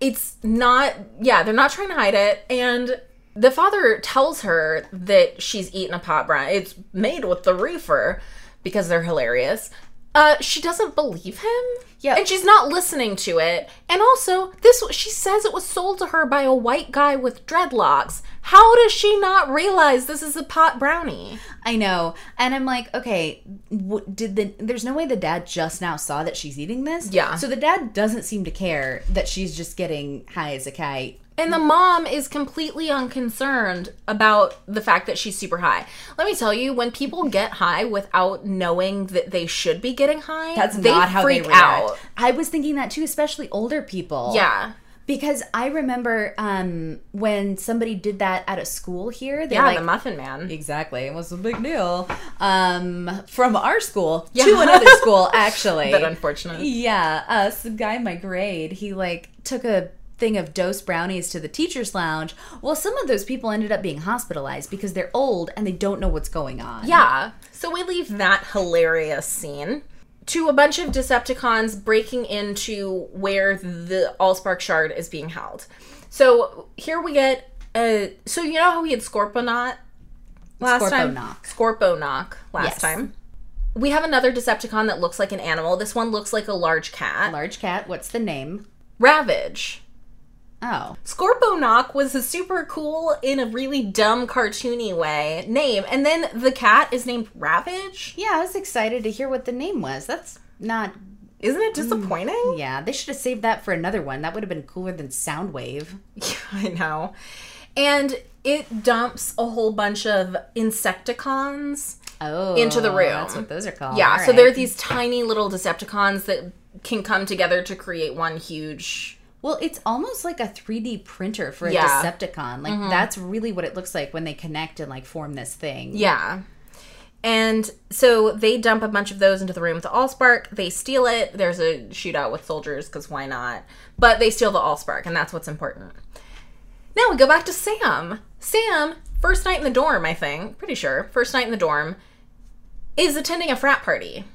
Speaker 1: It's not, yeah, they're not trying to hide it. And the father tells her that she's eaten a pot brownie. It's made with the reefer because they're hilarious. Uh, she doesn't believe him.
Speaker 2: Yeah.
Speaker 1: And she's not listening to it. And also, this she says it was sold to her by a white guy with dreadlocks. How does she not realize this is a pot brownie?
Speaker 2: I know, and I'm like, okay, w- did the? There's no way the dad just now saw that she's eating this.
Speaker 1: Yeah.
Speaker 2: So the dad doesn't seem to care that she's just getting high as a kite.
Speaker 1: And the mom is completely unconcerned about the fact that she's super high. Let me tell you, when people get high without knowing that they should be getting high,
Speaker 2: That's
Speaker 1: they
Speaker 2: not how
Speaker 1: freak
Speaker 2: they react.
Speaker 1: out.
Speaker 2: I was thinking that too, especially older people.
Speaker 1: Yeah.
Speaker 2: Because I remember um, when somebody did that at a school here. They
Speaker 1: Yeah,
Speaker 2: like
Speaker 1: the muffin man.
Speaker 2: Exactly. It was a big deal. Um, from our school to another school, actually.
Speaker 1: But unfortunate.
Speaker 2: yeah, uh, some guy in my grade, he like took a thing of dose brownies to the teacher's lounge. Well, some of those people ended up being hospitalized because they're old and they don't know what's going on.
Speaker 1: Yeah. So we leave that hilarious scene to a bunch of Decepticons breaking into where the Allspark shard is being held. So here we get uh so you know how we had Scorponaut last time?
Speaker 2: Scorponock.
Speaker 1: Scorponock last
Speaker 2: Yes.
Speaker 1: time. We have another Decepticon that looks like an animal. This one looks like a large cat.
Speaker 2: Large cat, what's the name?
Speaker 1: Ravage.
Speaker 2: Oh.
Speaker 1: Scorponok was a super cool in a really dumb cartoony way name. And then the cat is named Ravage.
Speaker 2: Yeah, I was excited to hear what the name was. That's not.
Speaker 1: Isn't
Speaker 2: Mm.
Speaker 1: it disappointing?
Speaker 2: Yeah, they should have saved that for another one. That would have been cooler than Soundwave.
Speaker 1: Yeah, I know. And it dumps a whole bunch of insecticons.
Speaker 2: Oh.
Speaker 1: Into the room.
Speaker 2: That's what those are called.
Speaker 1: yeah,
Speaker 2: All
Speaker 1: so there are
Speaker 2: right.
Speaker 1: these tiny little Decepticons that can come together to create one huge.
Speaker 2: Well, it's almost like a 3D printer for a
Speaker 1: Yeah. Mm-hmm.
Speaker 2: Decepticon. Like, that's really what it looks like when they connect and, like, form this thing.
Speaker 1: Yeah. And so they dump a bunch of those into the room with the Allspark. They steal it. There's a shootout with soldiers because why not? But they steal the Allspark, and that's what's important. Now we go back to Sam. Sam, first night in the dorm, I think, pretty sure, first night in the dorm, is attending a frat party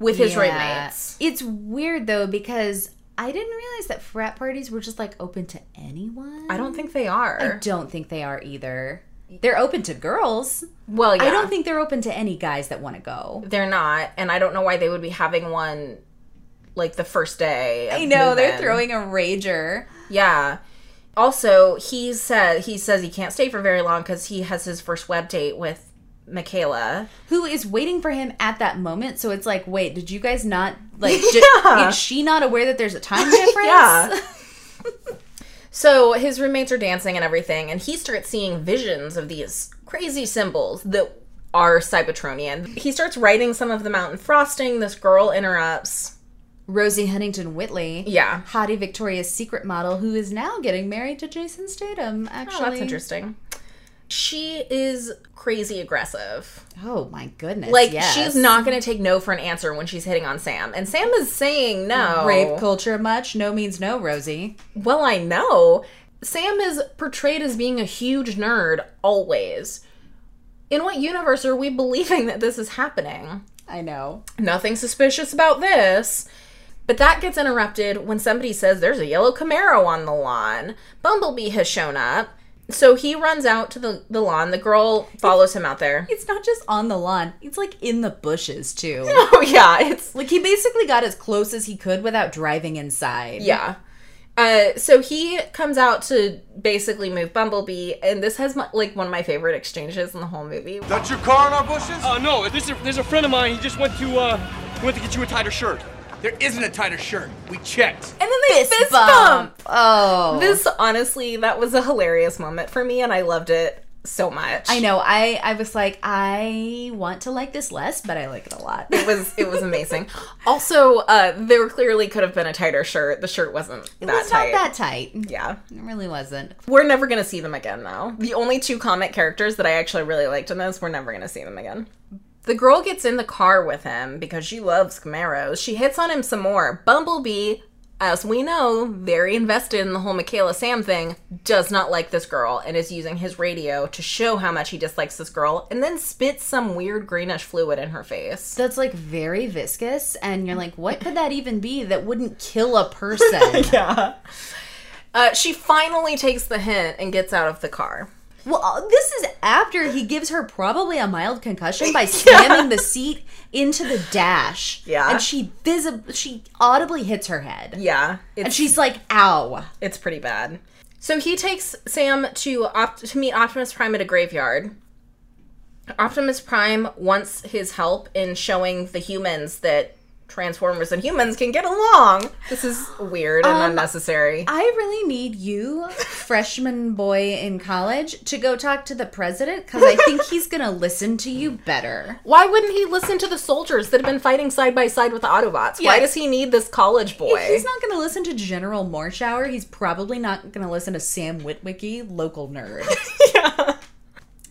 Speaker 1: with his
Speaker 2: Yeah.
Speaker 1: roommates.
Speaker 2: It's weird, though, because I didn't realize that frat parties were just, like, open to anyone.
Speaker 1: I don't think they are.
Speaker 2: I don't think they are either. They're open to girls.
Speaker 1: well, yeah.
Speaker 2: I don't think they're open to any guys that want to go.
Speaker 1: They're not, and I don't know why they would be having one like the first day. of
Speaker 2: I know they're
Speaker 1: move-in.
Speaker 2: throwing a rager.
Speaker 1: Yeah. Also, he said he says he can't stay for very long because he has his first web date with Michaela.
Speaker 2: Who is waiting for him at that moment? So it's like, wait, did you guys not like? ju-
Speaker 1: Yeah.
Speaker 2: is she not aware that there's a time difference?
Speaker 1: Yeah. So his roommates are dancing and everything, and he starts seeing visions of these crazy symbols that are Cybertronian. He starts writing some of them out in frosting. This girl interrupts.
Speaker 2: Rosie Huntington Whitley,
Speaker 1: Yeah.
Speaker 2: hottie Victoria's Secret model, who is now getting married to Jason Statham. Actually,
Speaker 1: Oh, that's interesting. She is crazy aggressive.
Speaker 2: Oh my goodness!
Speaker 1: Like
Speaker 2: yes.
Speaker 1: she's not going to take no for an answer when she's hitting on Sam, and Sam is saying no.
Speaker 2: rape culture much. No means no, Rosie.
Speaker 1: Well, I know. Sam is portrayed as being a huge nerd always. In what universe are we believing that this is happening?
Speaker 2: I know.
Speaker 1: Nothing suspicious about this. But that gets interrupted when somebody says there's a yellow Camaro on the lawn. Bumblebee has shown up. So he runs out to the, the lawn. The girl follows him out there.
Speaker 2: It's not just on the lawn; it's like in the bushes too.
Speaker 1: Oh, yeah. It's
Speaker 2: Like he basically got as close as he could without driving inside.
Speaker 1: Yeah. Uh, so he comes out to basically move Bumblebee, and this has my, like one of my favorite exchanges in the whole movie.
Speaker 5: That your car in our bushes?
Speaker 6: Uh, no, there's a, there's a friend of mine. He just went to uh, went to get you a tighter shirt.
Speaker 5: there isn't a tighter shirt. We checked.
Speaker 1: And then they fist, bump.
Speaker 2: Oh.
Speaker 1: This honestly, that was a hilarious moment for me, and I loved it so much.
Speaker 2: I know. I I was like, I want to like this less, but I like it a lot.
Speaker 1: It was it was amazing. also, uh, there clearly could have been a tighter shirt. The shirt wasn't
Speaker 2: It
Speaker 1: that
Speaker 2: was
Speaker 1: tight.
Speaker 2: not that tight. It
Speaker 1: yeah,
Speaker 2: really wasn't.
Speaker 1: we're never gonna see them again, though. The only two comic characters that I actually really liked in this, we're never gonna see them again. The girl gets in the car with him because she loves Camaros. She hits on him some more. Bumblebee, as we know, very invested in the whole Michaela Sam thing, does not like this girl and is using his radio to show how much he dislikes this girl and then spits some weird greenish fluid in her face.
Speaker 2: That's like very viscous, and you're like, what could that even be that wouldn't kill a person?
Speaker 1: Yeah. Uh, she finally takes the hint and gets out of the car.
Speaker 2: well, uh, this is after he gives her probably a mild concussion by slamming the seat into the dash.
Speaker 1: Yeah.
Speaker 2: and she visib- she audibly hits her head,
Speaker 1: Yeah. It's
Speaker 2: and she's like, ow.
Speaker 1: It's pretty bad. So he takes Sam to op- to meet Optimus Prime at a graveyard. Optimus Prime wants his help in showing the humans that Transformers and humans can get along. This is weird and unnecessary.
Speaker 2: I really need you, freshman boy in college, to go talk to the president because I think he's going to listen to you better.
Speaker 1: Why wouldn't he listen to the soldiers that have been fighting side by side with the Autobots? Why
Speaker 2: Yeah.
Speaker 1: does he need this college boy?
Speaker 2: He's not going to listen to General Morshower. He's probably not going to listen to Sam Witwicky, local nerd.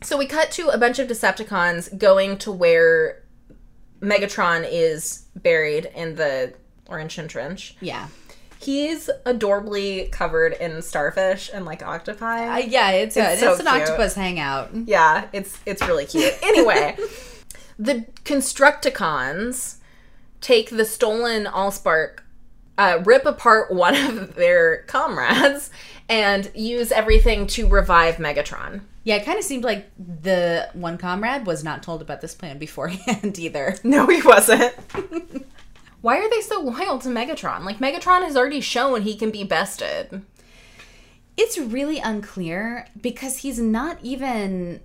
Speaker 1: So we cut to a bunch of Decepticons going to where Megatron is buried in the Laurentian Trench.
Speaker 2: yeah.
Speaker 1: He's adorably covered in starfish and like octopi.
Speaker 2: Uh, yeah, it's, a,
Speaker 1: It's
Speaker 2: it's,
Speaker 1: so
Speaker 2: an
Speaker 1: cute.
Speaker 2: octopus hangout.
Speaker 1: yeah, it's it's really cute. Anyway, the Constructicons take the stolen Allspark, uh, rip apart one of their comrades, and use everything to revive Megatron.
Speaker 2: Yeah, it kind of seemed like the one comrade was not told about this plan beforehand either.
Speaker 1: No, he wasn't. Why are they so loyal to Megatron? Like Megatron has already shown he can be bested.
Speaker 2: It's really unclear because he's not even.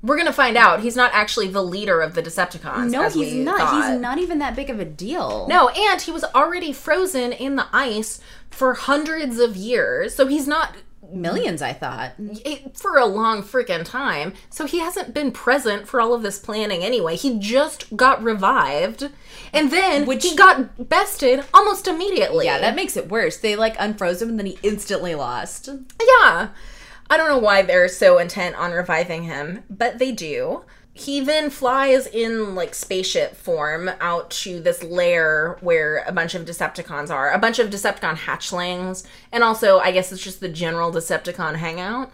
Speaker 1: We're gonna find out he's not actually the leader of the Decepticons.
Speaker 2: No,
Speaker 1: as
Speaker 2: he's
Speaker 1: we
Speaker 2: not.
Speaker 1: thought.
Speaker 2: He's not even that big of a deal.
Speaker 1: No, and he was already frozen in the ice for hundreds of years, so he's not
Speaker 2: Millions, I thought.
Speaker 1: it, for a long freaking time. So he hasn't been present for all of this planning anyway. He just got revived, and then
Speaker 2: Which-
Speaker 1: he got bested almost immediately.
Speaker 2: Yeah, that makes it worse. They like unfroze him and then he instantly lost.
Speaker 1: Yeah. I don't know why they're so intent on reviving him, but they do. He then flies in like spaceship form out to this lair where a bunch of Decepticons are, a bunch of Decepticon hatchlings, and also I guess it's just the general Decepticon hangout.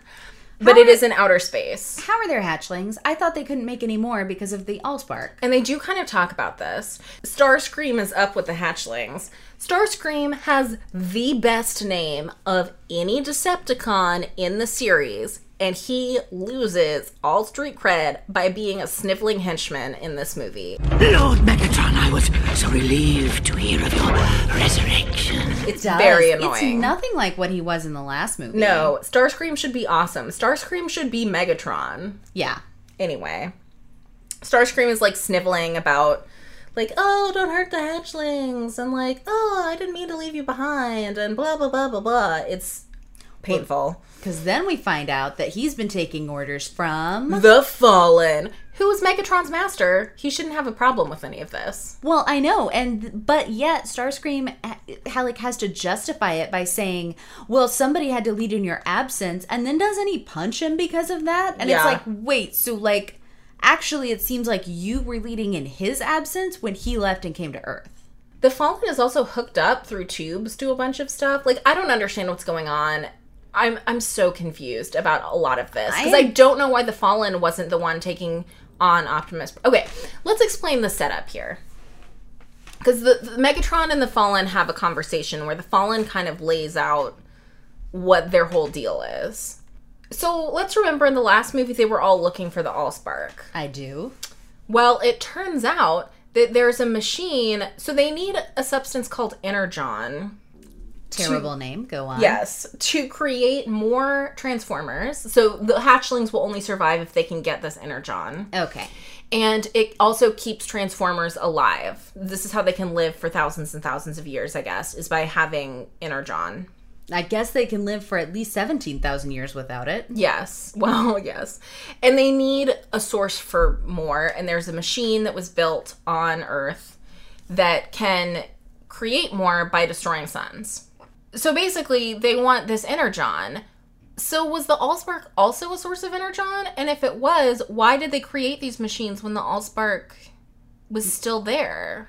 Speaker 1: But it is in outer space.
Speaker 2: How are their hatchlings? I thought they couldn't make any more because of the Allspark.
Speaker 1: And they do kind of talk about this. Starscream is up with the hatchlings. Starscream has the best name of any Decepticon in the series, and he loses all street cred by being a sniveling henchman in this movie.
Speaker 7: Lord Megatron, I was so relieved to hear of your resurrection.
Speaker 1: It's very
Speaker 2: Does.
Speaker 1: annoying.
Speaker 2: It's nothing like what he was in the last movie.
Speaker 1: no, Starscream should be awesome. Starscream should be Megatron.
Speaker 2: Yeah.
Speaker 1: Anyway, Starscream is like sniveling about, like, oh, don't hurt the hatchlings, and like, oh, I didn't mean to leave you behind, and blah, blah, blah, blah, blah. It's painful.
Speaker 2: Because then we find out that he's been taking orders from.
Speaker 1: the Fallen, who was Megatron's master, he shouldn't have a problem with any of this.
Speaker 2: Well, I know, and but yet Starscream ha- ha- like has to justify it by saying, "Well, somebody had to lead in your absence," and then doesn't he punch him because of that? And
Speaker 1: Yeah.
Speaker 2: it's like, wait, so like, actually, it seems like you were leading in his absence when he left and came to Earth.
Speaker 1: The Fallen is also hooked up through tubes to a bunch of stuff. Like, I don't understand what's going on. I'm I'm so confused about a lot of this because I,
Speaker 2: I-
Speaker 1: don't know why the Fallen wasn't the one taking on Optimus. Okay, let's explain the setup here. Because the, the Megatron and the Fallen have a conversation where the Fallen kind of lays out what their whole deal is. So let's remember in the last movie they were all looking for the Allspark.
Speaker 2: I do.
Speaker 1: Well, it turns out that there's a machine, so they need a substance called energon.
Speaker 2: Terrible name. Go on.
Speaker 1: Yes, to create more transformers. So the hatchlings will only survive if they can get this energon.
Speaker 2: Okay.
Speaker 1: And it also keeps transformers alive. This is how they can live for thousands and thousands of years, I guess, is by having energon.
Speaker 2: I guess they can live for at least 17,000 years without it.
Speaker 1: Yes. Well, yes. And they need a source for more. And there's a machine that was built on Earth that can create more by destroying suns. So basically, they want this energon. So was the Allspark also a source of energon? And if it was, why did they create these machines when the Allspark was still there?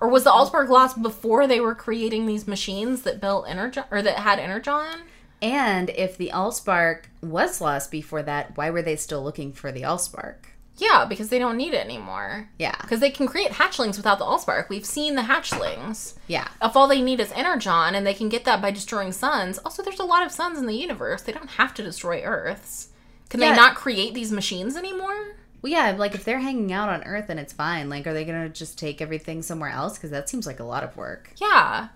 Speaker 1: Or was the Allspark lost before they were creating these machines that built energon or that had energon?
Speaker 2: And if the Allspark was lost before that, why were they still looking for the Allspark?
Speaker 1: Yeah, because they don't need it anymore.
Speaker 2: Yeah.
Speaker 1: Because they can create hatchlings without the Allspark. We've seen the hatchlings.
Speaker 2: Yeah.
Speaker 1: If all they need is Energon, and they can get that by destroying suns. Also, there's a lot of suns in the universe. They don't have to destroy Earths. Can
Speaker 2: Yeah.
Speaker 1: they not create these machines anymore?
Speaker 2: Well, yeah, like if they're hanging out on Earth and it's fine, like are they going to just take everything somewhere else? Because that seems like a lot of work.
Speaker 1: Yeah.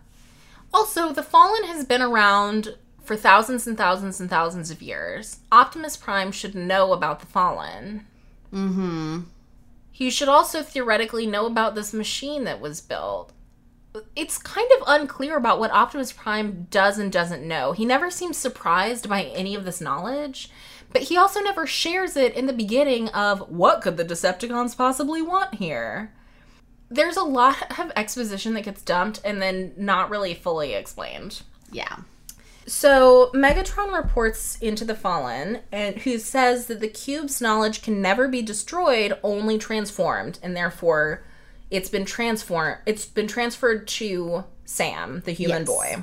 Speaker 1: Also, the Fallen has been around for thousands and thousands and thousands of years. Optimus Prime should know about the Fallen. Mm hmm. He should also theoretically know about this machine that was built. It's kind of unclear about what Optimus Prime does and doesn't know. He never seems surprised by any of this knowledge, but he also never shares it in the beginning of what could the Decepticons possibly want here? there's a lot of exposition that gets dumped and then not really fully explained.
Speaker 2: Yeah.
Speaker 1: So Megatron reports into the Fallen, and who says that the cube's knowledge can never be destroyed, only transformed, and therefore it's been transformed. It's been transferred to Sam, the human
Speaker 2: Yes.
Speaker 1: boy.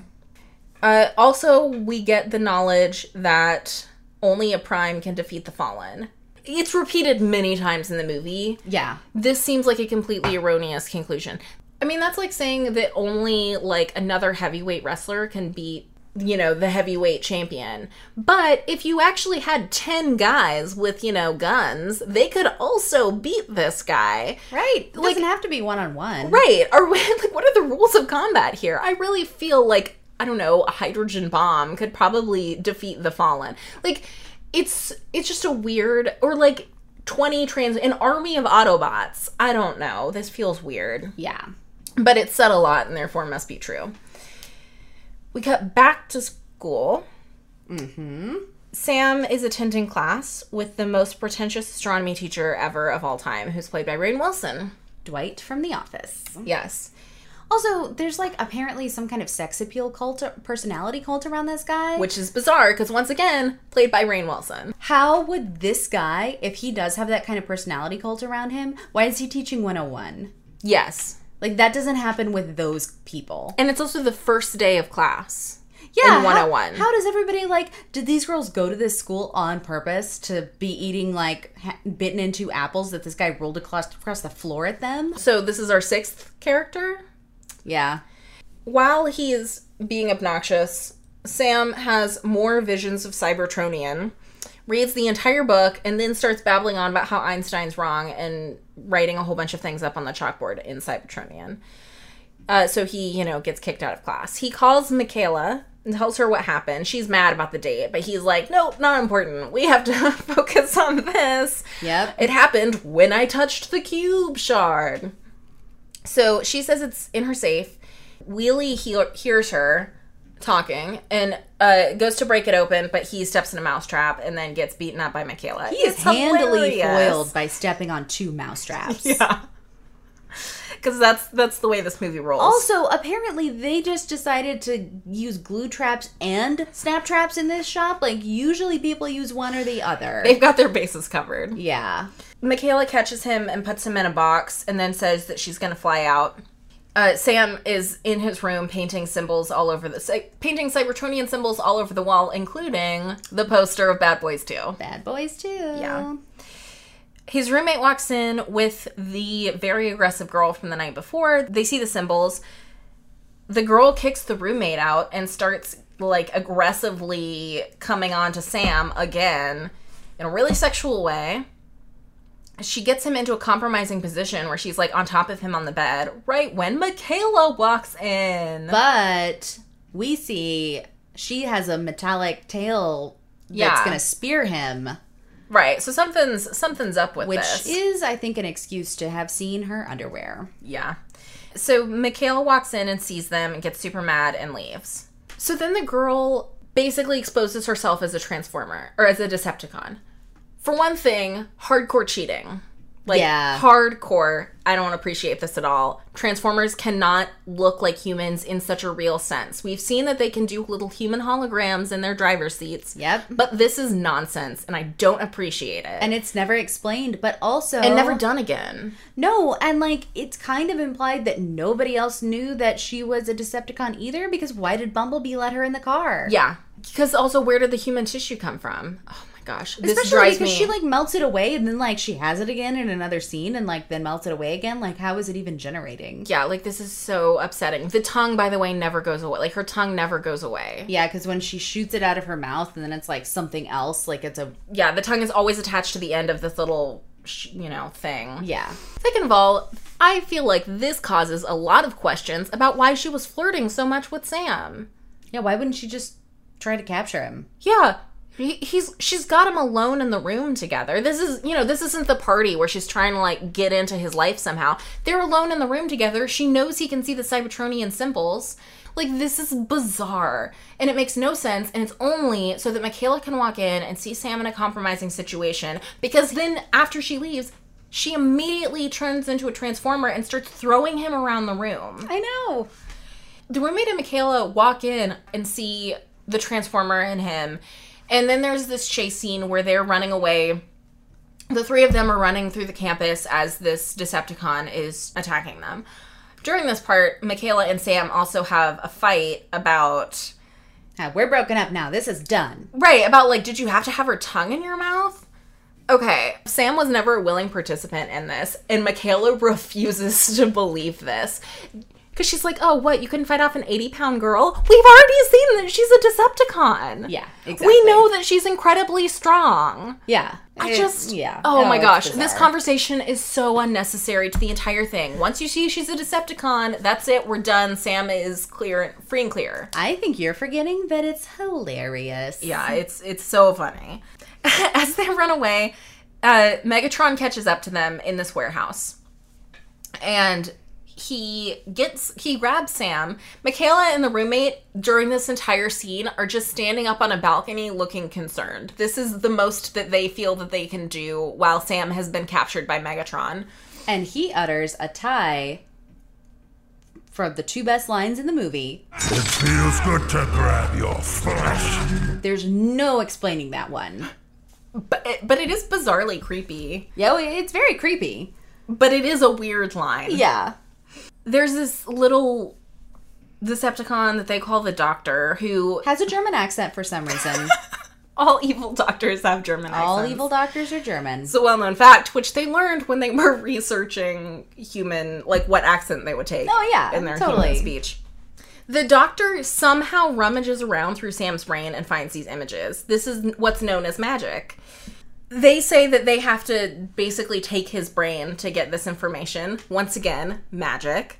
Speaker 1: Uh, also, we get the knowledge that only a Prime can defeat the Fallen. It's repeated many times in the movie
Speaker 2: Yeah.
Speaker 1: this seems like a completely erroneous conclusion. I mean, that's like saying that only like another heavyweight wrestler can beat, you know, the heavyweight champion. But if you actually had 10 guys with, you know, guns, they could also beat this guy.
Speaker 2: Right. It doesn't have to be one on one.
Speaker 1: Right. Or like what are the rules of combat here? I really feel like I don't know, a hydrogen bomb could probably defeat the fallen. Like it's it's just a weird or like 20 trans an army of Autobots. I don't know. This feels weird
Speaker 2: Yeah.
Speaker 1: but it's said a lot and therefore must be true. We cut back to school. Sam is attending class with the most pretentious astronomy teacher ever of all time, who's played by Rain Wilson.
Speaker 2: Dwight from The Office.
Speaker 1: Yes.
Speaker 2: Also, there's like apparently some kind of sex appeal cult, personality cult around this guy.
Speaker 1: Which is bizarre because, once again, played by Rain Wilson.
Speaker 2: how would this guy, if he does have that kind of personality cult around him, why is he teaching 101?
Speaker 1: Yes.
Speaker 2: Like that doesn't happen with those people.
Speaker 1: And it's also the first day of class.
Speaker 2: Yeah,
Speaker 1: in
Speaker 2: how-
Speaker 1: 101.
Speaker 2: How, does everybody like? Did these girls go to this school on purpose to be eating like ha- bitten into apples that this guy rolled across across the floor at them?
Speaker 1: So, this is our sixth character.
Speaker 2: Yeah,
Speaker 1: While he is being obnoxious, Sam has more visions of Cybertronian, reads the entire book, and then starts babbling on about how Einstein's wrong and writing a whole bunch of things up on the chalkboard in Cybertronian. Uh, so he, you know, gets kicked out of class. He calls Michaela and tells her what happened. She's mad about the date, but he's like, nope, not important. We have to focus on this.
Speaker 2: Yep.
Speaker 1: It happened when I touched the cube shard. So she says it's in her safe. Wheelie he- hears her talking and uh, goes to break it open, but he steps in a mousetrap and then gets beaten up by Michaela.
Speaker 2: he is handily
Speaker 1: hilarious.
Speaker 2: foiled by stepping on two mousetraps.
Speaker 1: Yeah, because that's that's the way this movie rolls.
Speaker 2: Also, apparently, they just decided to use glue traps and snap traps in this shop. Like usually, people use one or the other.
Speaker 1: They've got their bases covered.
Speaker 2: yeah,
Speaker 1: Michaela catches him and puts him in a box and then says that she's going to fly out. Uh, Sam is in his room painting symbols all over the cy- painting Cybertronian symbols all over the wall, including the poster of Bad Boys 2.
Speaker 2: bad boys too. Yeah.
Speaker 1: His roommate walks in with the very aggressive girl from the night before. They see the symbols. The girl kicks the roommate out and starts like aggressively coming on to Sam again in a really sexual way. She gets him into a compromising position where she's like on top of him on the bed right when Michaela walks in.
Speaker 2: But we see she has a metallic tail that's
Speaker 1: Yeah.
Speaker 2: going to spear him,
Speaker 1: right. So something's something's up with
Speaker 2: which
Speaker 1: this.
Speaker 2: is, I think, an excuse to have seen her underwear.
Speaker 1: Yeah. So Michaela walks in and sees them and gets super mad and leaves. So then the girl basically exposes herself as a transformer or as a Decepticon. For one thing, hardcore cheating. Like
Speaker 2: Yeah.
Speaker 1: hardcore. I don't appreciate this at all. Transformers cannot look like humans in such a real sense. We've seen that they can do little human holograms in their driver's seats.
Speaker 2: Yep.
Speaker 1: But this is nonsense and I don't appreciate it. And,
Speaker 2: And it's never explained, but also.
Speaker 1: never done again.
Speaker 2: No, and like, it's kind of implied that nobody else knew that she was a Decepticon either, because why did Bumblebee let her in the car?
Speaker 1: Yeah, because also, where did the human tissue come from? Oh my gosh, this
Speaker 2: Especially
Speaker 1: drives
Speaker 2: because
Speaker 1: me.
Speaker 2: she like melts it away and then like she has it again in another scene and like then melts it away again. Like, how is it even generating?
Speaker 1: yeah, like this is so upsetting. The tongue, by the way, never goes away. Like her tongue never goes away.
Speaker 2: Yeah, because when she shoots it out of her mouth and then it's like something else, like it's a
Speaker 1: Yeah, the tongue is always attached to the end of this little, sh- you know, thing.
Speaker 2: yeah.
Speaker 1: Second of all, I feel like this causes a lot of questions about why she was flirting so much with Sam.
Speaker 2: Yeah, why wouldn't she just try to capture him?
Speaker 1: Yeah. He, he's she's got him alone in the room together. This is you know this isn't the party where she's trying to like get into his life somehow. They're alone in the room together. She knows he can see the Cybertronian symbols. Like this is bizarre and it makes no sense. And it's only so that Michaela can walk in and see Sam in a compromising situation because then after she leaves, she immediately turns into a transformer and starts throwing him around the room
Speaker 2: I know.
Speaker 1: the roommate and Michaela walk in and see the Transformer and him. And then there's this chase scene where they're running away. The three of them are running through the campus as this Decepticon is attacking them. During this part, Michaela and Sam also have a fight about.
Speaker 2: Ah, we're broken up now. This is done.
Speaker 1: Right, about like, did you have to have her tongue in your mouth? Okay, Sam was never a willing participant in this, and Michaela refuses to believe this. Because she's like, oh, what? You couldn't fight off an 80 pound girl? We've already seen that she's a Decepticon.
Speaker 2: Yeah,
Speaker 1: We
Speaker 2: exactly.
Speaker 1: know that she's incredibly strong.
Speaker 2: Yeah.
Speaker 1: I
Speaker 2: It-
Speaker 1: just,
Speaker 2: yeah.
Speaker 1: Oh
Speaker 2: No,
Speaker 1: my
Speaker 2: it's
Speaker 1: gosh, this
Speaker 2: bizarre.
Speaker 1: conversation is so unnecessary to the entire thing. Once you see she's a Decepticon, that's it. We're done. Sam is clear, free and clear.
Speaker 2: I think you're forgetting that it's hilarious.
Speaker 1: Yeah, it's it's so funny. As they run away, uh, Megatron catches up to them in this warehouse, and he gets he grabs Sam. Michaela and the roommate during this entire scene are just standing up on a balcony, looking concerned. This is the most that they feel that they can do while Sam has been captured by Megatron.
Speaker 2: And he utters a tie from the two best lines in the movie.
Speaker 8: It feels good to grab your flesh.
Speaker 2: There's no explaining that one.
Speaker 1: But it, but it is bizarrely creepy.
Speaker 2: Yeah, well, it's very creepy.
Speaker 1: But it is a weird line.
Speaker 2: Yeah.
Speaker 1: There's this little. Decepticon that they call the Doctor, who
Speaker 2: Has a German accent for some reason.
Speaker 1: all evil doctors have German accents.
Speaker 2: All evil doctors are German.
Speaker 1: It's a well-known fact, which they learned when they were researching human, like what accent they would take.
Speaker 2: Oh, yeah,
Speaker 1: in their
Speaker 2: totally.
Speaker 1: human speech. The doctor somehow rummages around through Sam's brain and finds these images. This is what's known as magic. They say that they have to basically take his brain to get this information. Once again, magic.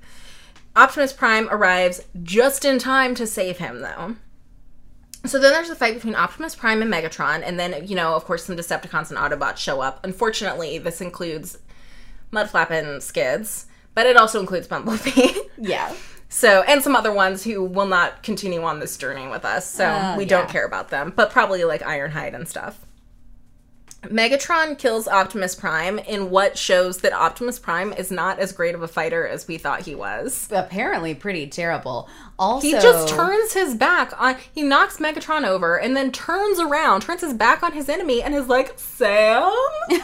Speaker 1: Optimus Prime arrives just in time to save him, though. So then there's a fight between Optimus Prime and Megatron, and then, you know, of course, some Decepticons and Autobots show up. Unfortunately, this includes Mudflap and Skids, but it also includes Bumblebee.
Speaker 2: yeah.
Speaker 1: so, and some other ones who will not continue on this journey with us, so we don't care about them, but probably like Ironhide and stuff. Megatron kills Optimus Prime in what shows that Optimus Prime is not as great of a fighter as we thought he was.
Speaker 2: Apparently pretty terrible. Also
Speaker 1: He just turns his back on. He knocks Megatron over and then turns around, turns his back on his enemy, and is like, "Sam, Like,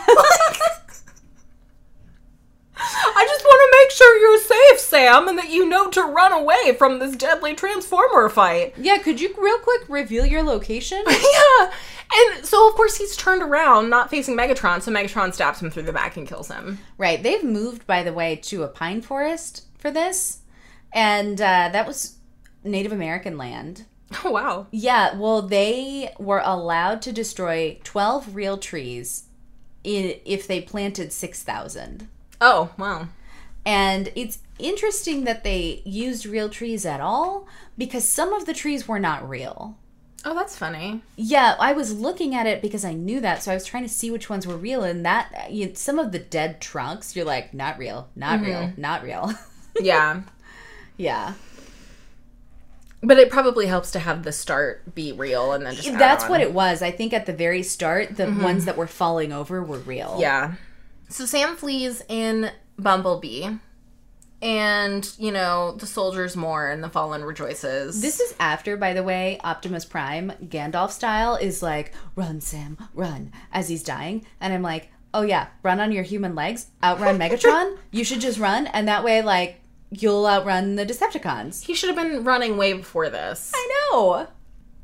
Speaker 1: I just want to make sure you're safe, Sam, and that you know to run away from this deadly Transformer fight."
Speaker 2: Yeah, could you real quick reveal your location?
Speaker 1: yeah, and so of course he's turned around, not facing Megatron, so Megatron stabs him through the back and kills him.
Speaker 2: right. They've moved by the way to a pine forest for this. And uh, that was Native American land.
Speaker 1: Oh wow!
Speaker 2: Yeah, well, they were allowed to destroy 12 real trees in, if they planted 6,000.
Speaker 1: Oh wow!
Speaker 2: And it's interesting that they used real trees at all because some of the trees were not real.
Speaker 1: Oh, that's funny.
Speaker 2: Yeah, I was looking at it because I knew that, so I was trying to see which ones were real. And that, you, some of the dead trunks, you're like, not real, not real,
Speaker 1: Mm-hmm.
Speaker 2: not real.
Speaker 1: Yeah,
Speaker 2: yeah.
Speaker 1: but it probably helps to have the start be real and then just add
Speaker 2: That's
Speaker 1: on. Mm-hmm.
Speaker 2: what it was. I think at the very start, the ones that were falling over were real.
Speaker 1: Yeah. So Sam flees in Bumblebee, and you know the soldiers mourn, the fallen rejoices.
Speaker 2: This is after, by the way, Optimus Prime, Gandalf style, is like, run, Sam, run, as he's dying. And I'm like, oh yeah, run on your human legs, outrun Megatron. you should just run. And that way, like, you'll outrun the Decepticons.
Speaker 1: he should have been running way before this.
Speaker 2: I know.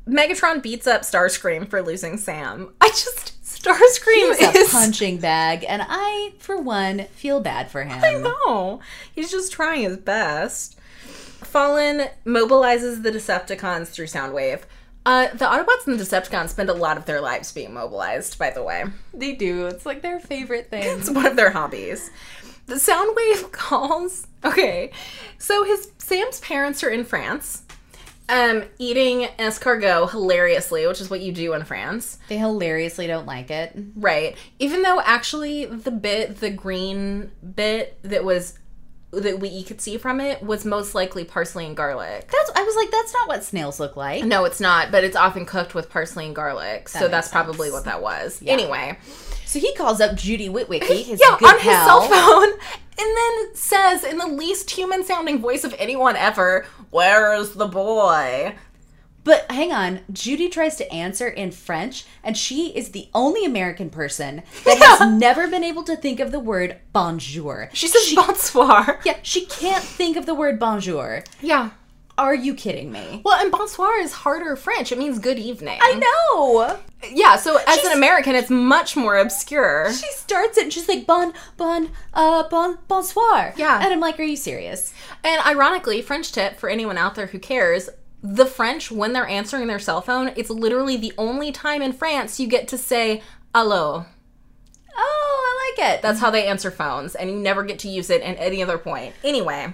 Speaker 1: Megatron beats up Starscream for losing Sam. I just Starscream
Speaker 2: He's a
Speaker 1: is
Speaker 2: punching bag. And I, for one, feel bad for him.
Speaker 1: no. He's just trying his best. Fallen mobilizes the Decepticons through Soundwave. Uh, the Autobots and the Decepticons spend a lot of their lives being mobilized, by the way.
Speaker 2: They do. It's like their favorite thing.
Speaker 1: It's one of their hobbies. The Soundwave calls. Okay, so his Sam's parents are in France, um, eating escargot hilariously, which is what you do in France,
Speaker 2: they hilariously don't like it.
Speaker 1: right? Even though actually the bit, the green bit that was that we could see from it was most likely parsley and garlic.
Speaker 2: That's. I was like, that's not what snails look like.
Speaker 1: No, it's not, but it's often cooked with parsley and garlic, so that's probably what that was. Anyway.
Speaker 2: So he calls up Judy Whitwicky, his
Speaker 1: yeah,
Speaker 2: good
Speaker 1: on his cell
Speaker 2: pal.
Speaker 1: phone, and then says in the least human sounding voice of anyone ever, "Where is the boy?"
Speaker 2: But hang on, Judy tries to answer in French, and she is the only American person that has never been able to think of the word bonjour.
Speaker 1: She says bonsoir.
Speaker 2: yeah, she can't think of the word bonjour.
Speaker 1: Yeah.
Speaker 2: Are you kidding me?
Speaker 1: Well, and bonsoir is harder French. It means good evening.
Speaker 2: I know.
Speaker 1: Yeah, so as
Speaker 2: She's-
Speaker 1: an American, it's much more obscure.
Speaker 2: She starts it and she's like bon bon uh bon bonsoir.
Speaker 1: Yeah.
Speaker 2: And I'm like, are you serious?
Speaker 1: And ironically, French tip for anyone out there who cares. The French, when they're answering their cell phone, it's literally the only time in France you get to say "allo."
Speaker 2: Oh, I like it.
Speaker 1: That's how they answer phones, and you never get to use it at any other point. Anyway,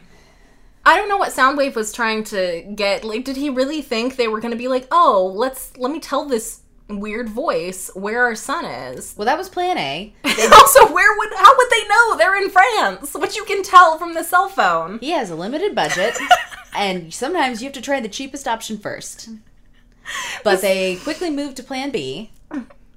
Speaker 1: I don't know what Soundwave was trying to get. Like, did he really think they were going to be like, "Oh, let's let me tell this weird voice where our son is"?
Speaker 2: well, that was Plan A.
Speaker 1: also, where would how would they know they're in France, which you can tell from the cell phone?
Speaker 2: He has a limited budget, and sometimes you have to try the cheapest option first. But they quickly moved to Plan B,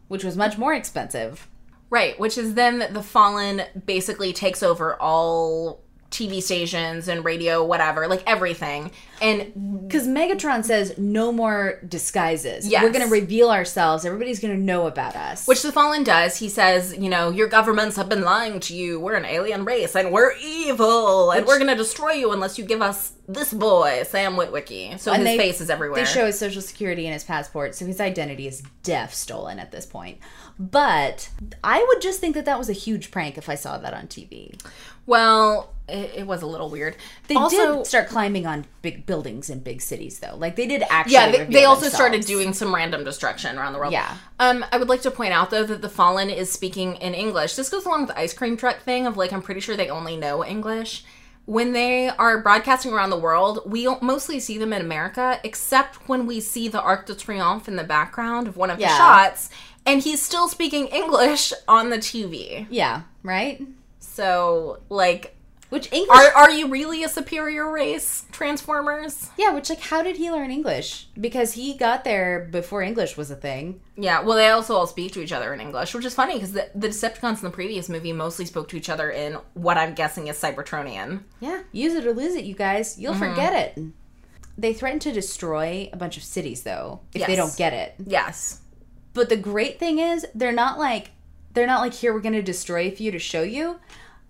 Speaker 2: which was much more expensive.
Speaker 1: Right, which is then that the Fallen basically takes over all TV stations and radio, whatever, like everything. And
Speaker 2: Because Megatron says no more disguises.
Speaker 1: Yes.
Speaker 2: We're going to reveal ourselves. Everybody's going to know about us.
Speaker 1: which the Fallen does, he says, you know, your governments have been lying to you. We're an alien race and we're evil and we're going to destroy you unless you give us this boy, Sam Witwicky. So his
Speaker 2: they-
Speaker 1: face is everywhere.
Speaker 2: They show his social security and his passport, so his identity is def stolen at this point. But I would just think that that was a huge prank if I saw that on TV.
Speaker 1: well, it, it was a little weird.
Speaker 2: They
Speaker 1: also,
Speaker 2: did start climbing on big buildings in big cities, though. Like they did actually.
Speaker 1: yeah, they,
Speaker 2: reveal
Speaker 1: they also
Speaker 2: themselves.
Speaker 1: started doing some random destruction around the world.
Speaker 2: Yeah.
Speaker 1: Um, I would like to point out though that the Fallen is speaking in English. This goes along with the ice cream truck thing of like I'm pretty sure they only know English. When they are broadcasting around the world, we mostly see them in America, except when we see the Arc de Triomphe in the background of one of the
Speaker 2: Yeah.
Speaker 1: shots, and he's still speaking English on the TV.
Speaker 2: Yeah, right.
Speaker 1: So, like,
Speaker 2: Which English?
Speaker 1: are are you really a superior race, Transformers?
Speaker 2: yeah, which like how did he learn English? Because he got there before English was a thing.
Speaker 1: Yeah, well, they also all speak to each other in English, which is funny because the, the Decepticons in the previous movie mostly spoke to each other in what I'm guessing is Cybertronian.
Speaker 2: Yeah, use it or lose it, you guys. You'll
Speaker 1: Mm-hmm.
Speaker 2: forget it. They threaten to destroy a bunch of cities though if
Speaker 1: Yes.
Speaker 2: they don't get it.
Speaker 1: Yes.
Speaker 2: But the great thing is they're not like they're not like here we're going to destroy a few to show you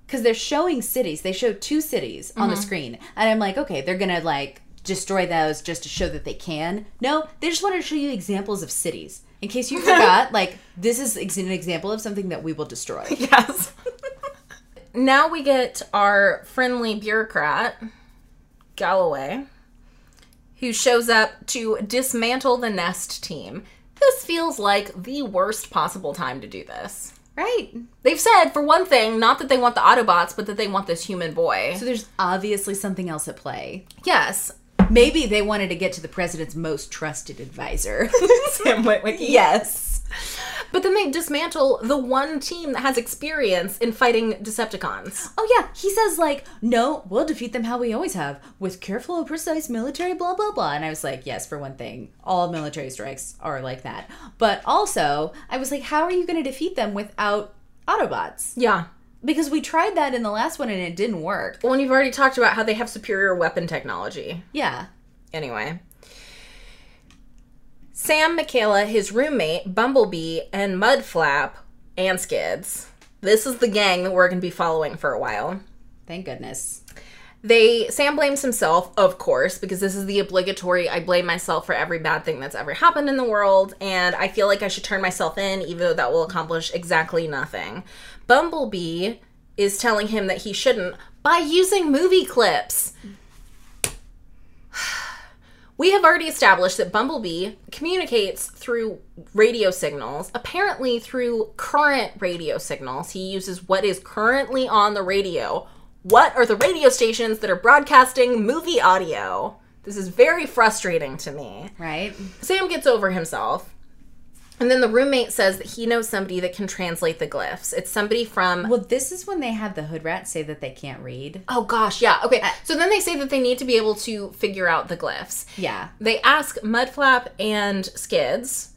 Speaker 2: cuz they're showing cities. They show two cities on the screen. And I'm like, okay, they're going to like destroy those just to show that they can. No, they just wanted to show you examples of cities. In case you forgot, like this is ex- an example of something that we will destroy.
Speaker 1: Yes. now we get our friendly bureaucrat, Galloway, who shows up to dismantle the Nest team. This feels like the worst possible time to do this.
Speaker 2: Right?
Speaker 1: They've said, for one thing, not that they want the Autobots, but that they want this human boy.
Speaker 2: So there's obviously something else at play.
Speaker 1: yes.
Speaker 2: Maybe they wanted to get to the president's most trusted advisor.
Speaker 1: Sam Witwicky.
Speaker 2: yes.
Speaker 1: But then they dismantle the one team that has experience in fighting Decepticons.
Speaker 2: Oh yeah, he says like, "No, we'll defeat them how we always have, with careful and precise military blah blah blah." And I was like, "Yes, for one thing, all military strikes are like that." But also, I was like, "How are you going to defeat them without Autobots?"
Speaker 1: Yeah.
Speaker 2: Because we tried that in the last one and it didn't work.
Speaker 1: Well, and you've already talked about how they have superior weapon technology.
Speaker 2: Yeah.
Speaker 1: Anyway. Sam, Michaela, his roommate, Bumblebee, and Mudflap, and Skids. This is the gang that we're going to be following for a while.
Speaker 2: Thank goodness.
Speaker 1: They Sam blames himself, of course, because this is the obligatory I blame myself for every bad thing that's ever happened in the world, and I feel like I should turn myself in, even though that will accomplish exactly nothing. Bumblebee is telling him that he shouldn't by using movie clips. We have already established that Bumblebee communicates through radio signals, apparently through current radio signals. He uses what is currently on the radio. What are the radio stations that are broadcasting movie audio? This is very frustrating to me.
Speaker 2: Right?
Speaker 1: Sam gets over himself. And then the roommate says that he knows somebody that can translate the glyphs. It's somebody from
Speaker 2: Well, this is when they have the hood rats say that they can't read.
Speaker 1: Oh gosh, yeah. Okay. So then they say that they need to be able to figure out the glyphs.
Speaker 2: Yeah.
Speaker 1: they ask Mudflap and Skids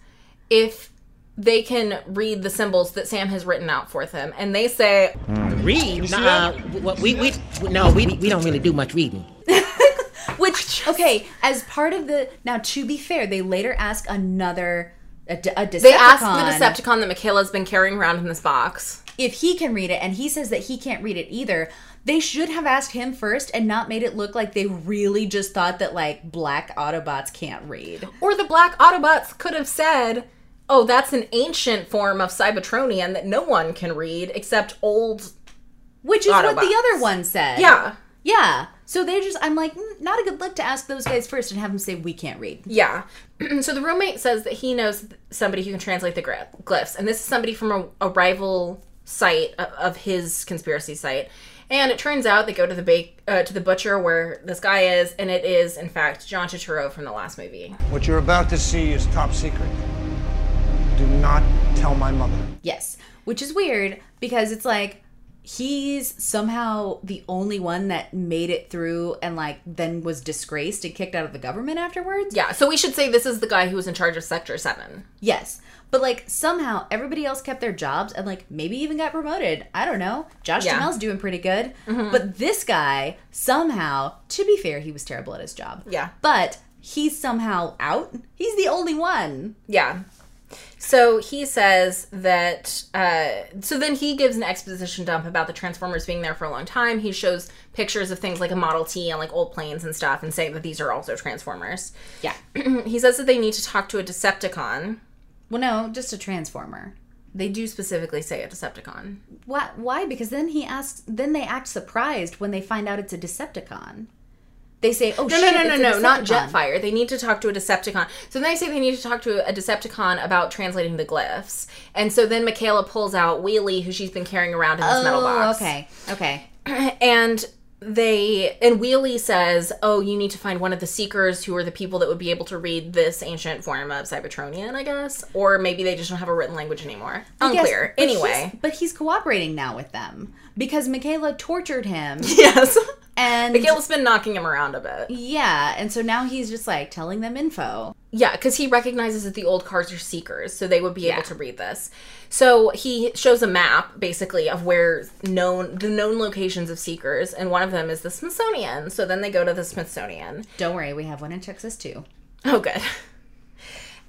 Speaker 1: if they can read the symbols that Sam has written out for them, and they say,
Speaker 7: Read? Nah, w- we, we, no, we, we don't really do much reading.
Speaker 2: Which okay, as part of the now to be fair, they later ask another a, de- a Decepticon.
Speaker 1: They asked the Decepticon that Michaela's been carrying around in this box.
Speaker 2: if he can read it, and he says that he can't read it either. They should have asked him first and not made it look like they really just thought that like black Autobots can't read.
Speaker 1: Or the black Autobots could have said, oh, that's an ancient form of Cybertronian that no one can read except old.
Speaker 2: Which is what the
Speaker 1: Autobots.
Speaker 2: other one said.
Speaker 1: Yeah.
Speaker 2: Yeah. So they just, I'm like, "Mm, not a good look to ask those guys first and have them say, we can't read.
Speaker 1: Yeah. so the roommate says that he knows somebody who can translate the gry- glyphs, and this is somebody from a, a rival site of, of his conspiracy site. And it turns out they go to the bake uh, to the butcher where this guy is, and it is in fact John Turturro from the last movie.
Speaker 9: What you're about to see is top secret. Do not tell my mother.
Speaker 2: Yes. Which is weird because it's like, he's somehow the only one that made it through and like then was disgraced and kicked out of the government afterwards.
Speaker 1: Yeah. So we should say this is the guy who was in charge of Sector Seven.
Speaker 2: Yes. But like somehow everybody else kept their jobs and like maybe even got promoted. I don't know. Josh
Speaker 1: Yeah. Mm-hmm.
Speaker 2: Jamel's doing pretty good. But this guy somehow, to be fair, he was terrible at his job.
Speaker 1: Yeah.
Speaker 2: But he's somehow out. He's the only one.
Speaker 1: Yeah. So he says that. Uh, so then he gives an exposition dump about the Transformers being there for a long time. He shows pictures of things like a Model T and like old planes and stuff, and saying that these are also Transformers.
Speaker 2: Yeah.
Speaker 1: He says that they need to talk to a Decepticon.
Speaker 2: Well, no, just a transformer.
Speaker 1: They do specifically say a Decepticon.
Speaker 2: Why? Why? Because then he asks. Then they act surprised when they find out it's a Decepticon. They say, "Oh
Speaker 1: No,
Speaker 2: shit,
Speaker 1: no, no,
Speaker 2: it's a
Speaker 1: no, no, not
Speaker 2: Decepticon.
Speaker 1: Jetfire. They need to talk to a Decepticon. So then they say they need to talk to a Decepticon about translating the glyphs. And so then Michaela pulls out Wheelie, who she's been carrying around in this metal
Speaker 2: Oh,
Speaker 1: box.
Speaker 2: okay, okay.
Speaker 1: and they and Wheelie says, "Oh, you need to find one of the seekers who are the people that would be able to read this ancient form of Cybertronian, I guess, or maybe they just don't have a written language anymore.
Speaker 2: I guess-
Speaker 1: Unclear.
Speaker 2: but
Speaker 1: Anyway,
Speaker 2: he's- but he's cooperating now with them because Michaela tortured him,
Speaker 1: yes,
Speaker 2: and
Speaker 1: Michaela's been knocking him around a bit.
Speaker 2: yeah, and so now he's just like telling them info.
Speaker 1: Yeah, because he recognizes that the old cars are seekers, so they would be able to read this. So he shows a map basically of where known the known locations of seekers, and one of them is the Smithsonian. So then they go to the Smithsonian.
Speaker 2: Don't worry, we have one in Texas too.
Speaker 1: Oh, good.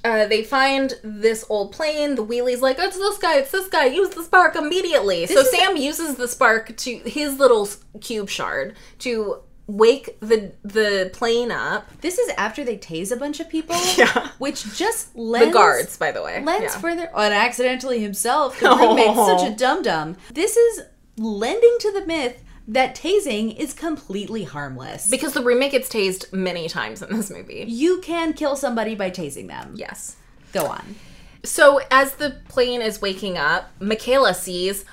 Speaker 1: Uh, they find this old plane. The wheelie's like, it's this guy, it's this guy. Use the spark immediately. so Sam uses the spark to his little s- cube shard to wake the the plane up.
Speaker 2: This is after they tase a bunch of people, yeah. which just lends
Speaker 1: The guards, by the way. Yeah.
Speaker 2: lends
Speaker 1: Oh.
Speaker 2: further and accidentally himself the roommate's such a dum dum this is lending to the myth that tasing is completely harmless
Speaker 1: because the roommate gets tased many times in this movie.
Speaker 2: you can kill somebody by tasing them
Speaker 1: Yes.
Speaker 2: go on
Speaker 1: So as the plane is waking up, Michaela sees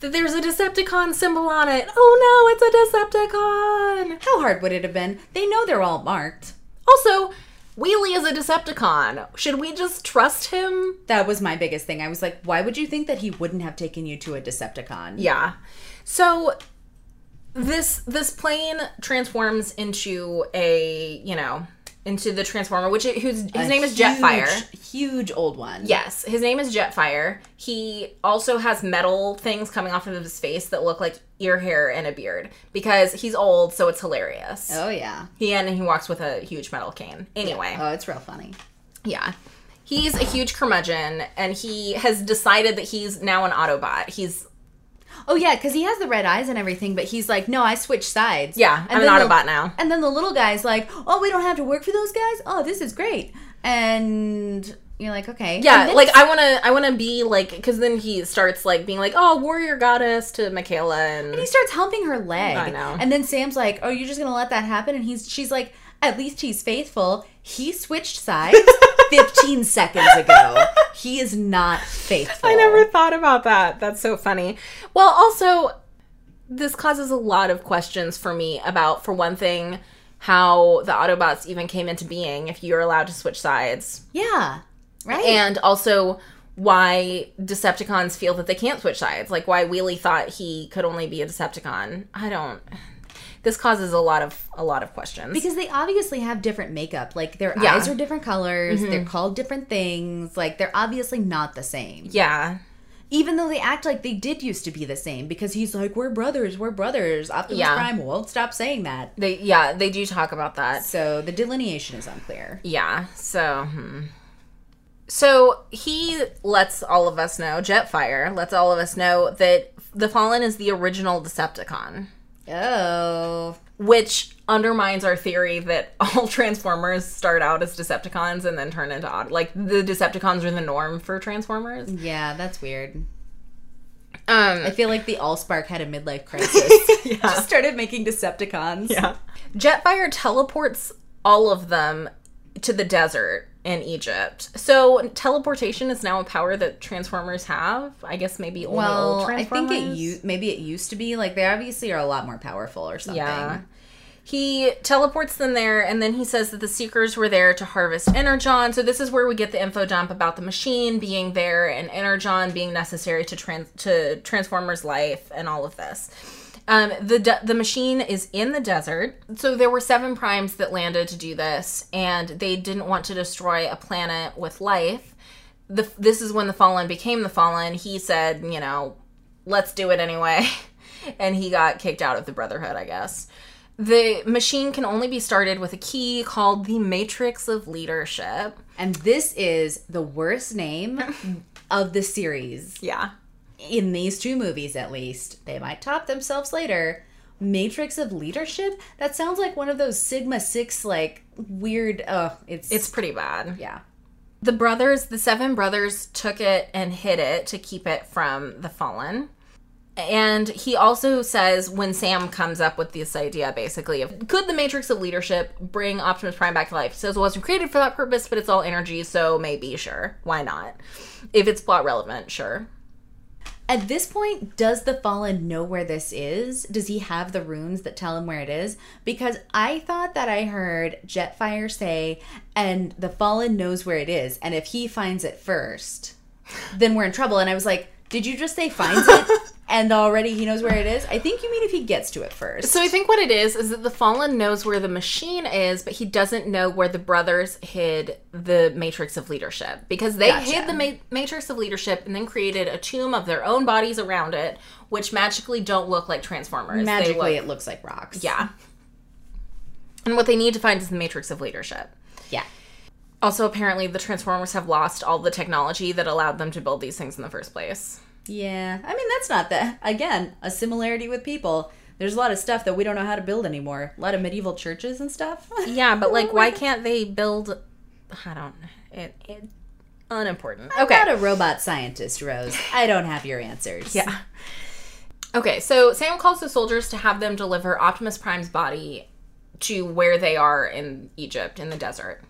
Speaker 1: that there's a Decepticon symbol on it. Oh no, it's a Decepticon.
Speaker 2: how hard would it have been they know they're all marked
Speaker 1: Also, Wheelie is a Decepticon. Should we just trust him?
Speaker 2: that was my biggest thing i was like why would you think that he wouldn't have taken you to a decepticon
Speaker 1: Yeah. So this this plane transforms into a you know into the transformer, which it, whose his
Speaker 2: A
Speaker 1: name is Jetfire.
Speaker 2: huge, huge old one
Speaker 1: Yes, his name is Jetfire. He also has metal things coming off of his face that look like ear hair and a beard because he's old, so it's hilarious.
Speaker 2: oh yeah
Speaker 1: He and he walks with a huge metal cane. Anyway,
Speaker 2: oh it's real funny
Speaker 1: Yeah. He's a huge curmudgeon and he has decided that he's now an Autobot. He's
Speaker 2: Oh yeah, because he has the red eyes and everything, but he's like, no, I switched sides.
Speaker 1: Yeah, I'm
Speaker 2: then
Speaker 1: an
Speaker 2: the-
Speaker 1: Autobot now.
Speaker 2: And then the little guy's like, oh, we don't have to work for those guys. Oh, this is great. And you're like, okay,
Speaker 1: yeah,
Speaker 2: And then
Speaker 1: like
Speaker 2: it's-
Speaker 1: I want to I want to be like cuz then he starts like being like, "Oh, warrior goddess" to Michaela and,
Speaker 2: he starts humping her leg.
Speaker 1: I know.
Speaker 2: And then Sam's like, oh, you're just gonna let that happen? And he's she's like, at least he's faithful. He switched sides 15 seconds ago. He is not faithful.
Speaker 1: I never thought about that. That's so funny. Well, also this causes a lot of questions for me about for one thing how the Autobots even came into being if you're allowed to switch sides.
Speaker 2: Yeah. Right.
Speaker 1: and also why Decepticons feel that they can't switch sides. Like why Wheelie thought he could only be a Decepticon. I don't. This causes a lot of a lot of questions.
Speaker 2: Because they obviously have different makeup. Like their
Speaker 1: Yeah. Mm-hmm.
Speaker 2: eyes are different colors, they're called different things. Like they're obviously not the same.
Speaker 1: yeah,
Speaker 2: Even though they act like they did used to be the same because he's like, We're brothers, we're brothers. Optimus
Speaker 1: Yeah.
Speaker 2: Prime won't stop saying that.
Speaker 1: they yeah they do talk about that.
Speaker 2: So the delineation is unclear.
Speaker 1: Yeah, so hmm. So he lets all of us know, Jetfire lets all of us know that the Fallen is the original Decepticon,
Speaker 2: Oh.
Speaker 1: which undermines our theory that all Transformers start out as Decepticons and then turn into odd. Like the Decepticons are the norm for Transformers.
Speaker 2: Yeah, that's weird.
Speaker 1: Um,
Speaker 2: I feel like the Allspark had a midlife crisis. Just started making Decepticons.
Speaker 1: Yeah. Jetfire teleports all of them to the desert in Egypt. So teleportation is now a power that Transformers have. I guess maybe only
Speaker 2: Well,
Speaker 1: old
Speaker 2: I
Speaker 1: Transformers.
Speaker 2: think it u- maybe it used to be like they obviously are a lot more powerful or something.
Speaker 1: Yeah. He teleports them there, and then he says that the Seekers were there to harvest Energon. So this is where we get the info dump about the machine being there and Energon being necessary to trans- to Transformers' life and all of this. Um, the de- the machine is in the desert, so there were seven primes that landed to do this, and they didn't want to destroy a planet with life. The, this is when the Fallen became the Fallen. He said, you know, let's do it anyway. And he got kicked out of the Brotherhood, I guess. The machine can only be started with a key called the Matrix of Leadership.
Speaker 2: And this is the worst name of the series.
Speaker 1: Yeah.
Speaker 2: in these two movies at least. They might top themselves later. Matrix of Leadership? That sounds like one of those Sigma 6 like weird uh it's
Speaker 1: It's pretty bad.
Speaker 2: yeah.
Speaker 1: The brothers, the seven brothers, took it and hid it to keep it from the fallen. And he also says when Sam comes up with this idea, basically, of could the Matrix of Leadership bring Optimus Prime back to life? He says it wasn't created for that purpose, but it's all energy, so maybe, sure. Why not? If it's plot relevant, sure.
Speaker 2: At this point, does the Fallen know where this is? Does he have the runes that tell him where it is? Because I thought that I heard Jetfire say, and the Fallen knows where it is, and if he finds it first, then we're in trouble. And I was like, did you just say finds it? and already he knows where it is? I think you mean if he gets to it first.
Speaker 1: So I think what it is is that the Fallen knows where the machine is, but he doesn't know where the brothers hid the Matrix of Leadership because they hid the ma- Matrix of Leadership and then created a tomb of their own bodies around it, which magically don't look like Transformers. They
Speaker 2: Magically,
Speaker 1: look-
Speaker 2: it looks like rocks.
Speaker 1: yeah. And what they need to find is the Matrix of Leadership.
Speaker 2: Yeah.
Speaker 1: Also, apparently, the Transformers have lost all the technology that allowed them to build these things in the first place.
Speaker 2: Yeah. I mean, that's not that. Again, a similarity with people. There's a lot of stuff that we don't know how to build anymore. A lot of medieval churches and stuff.
Speaker 1: Yeah, but like, why can't they build? I don't. It, it unimportant. Okay.
Speaker 2: Not a robot scientist, Rose. I don't have your answers.
Speaker 1: Yeah. Okay, so Sam calls the soldiers to have them deliver Optimus Prime's body to where they are in Egypt, in the desert.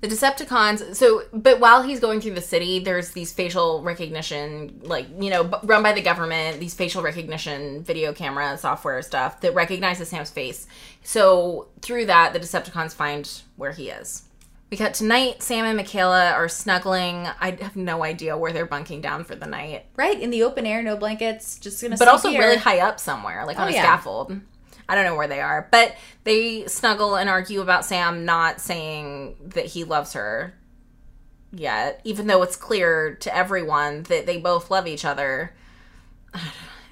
Speaker 1: The Decepticons, so, but while he's going through the city, there's these facial recognition, like, you know, b- run by the government, these facial recognition video camera software stuff that recognizes Sam's face. So, through that, the Decepticons find where he is. We cut tonight. Sam and Michaela are snuggling. I have no idea where they're bunking down for the night
Speaker 2: Right? In the open air, no blankets, just gonna
Speaker 1: but
Speaker 2: sleep
Speaker 1: also
Speaker 2: here.
Speaker 1: really high up somewhere, like on
Speaker 2: Oh,
Speaker 1: a
Speaker 2: yeah.
Speaker 1: scaffold. I don't know where they are, but they snuggle and argue about Sam not saying that he loves her yet, even though it's clear to everyone that they both love each other.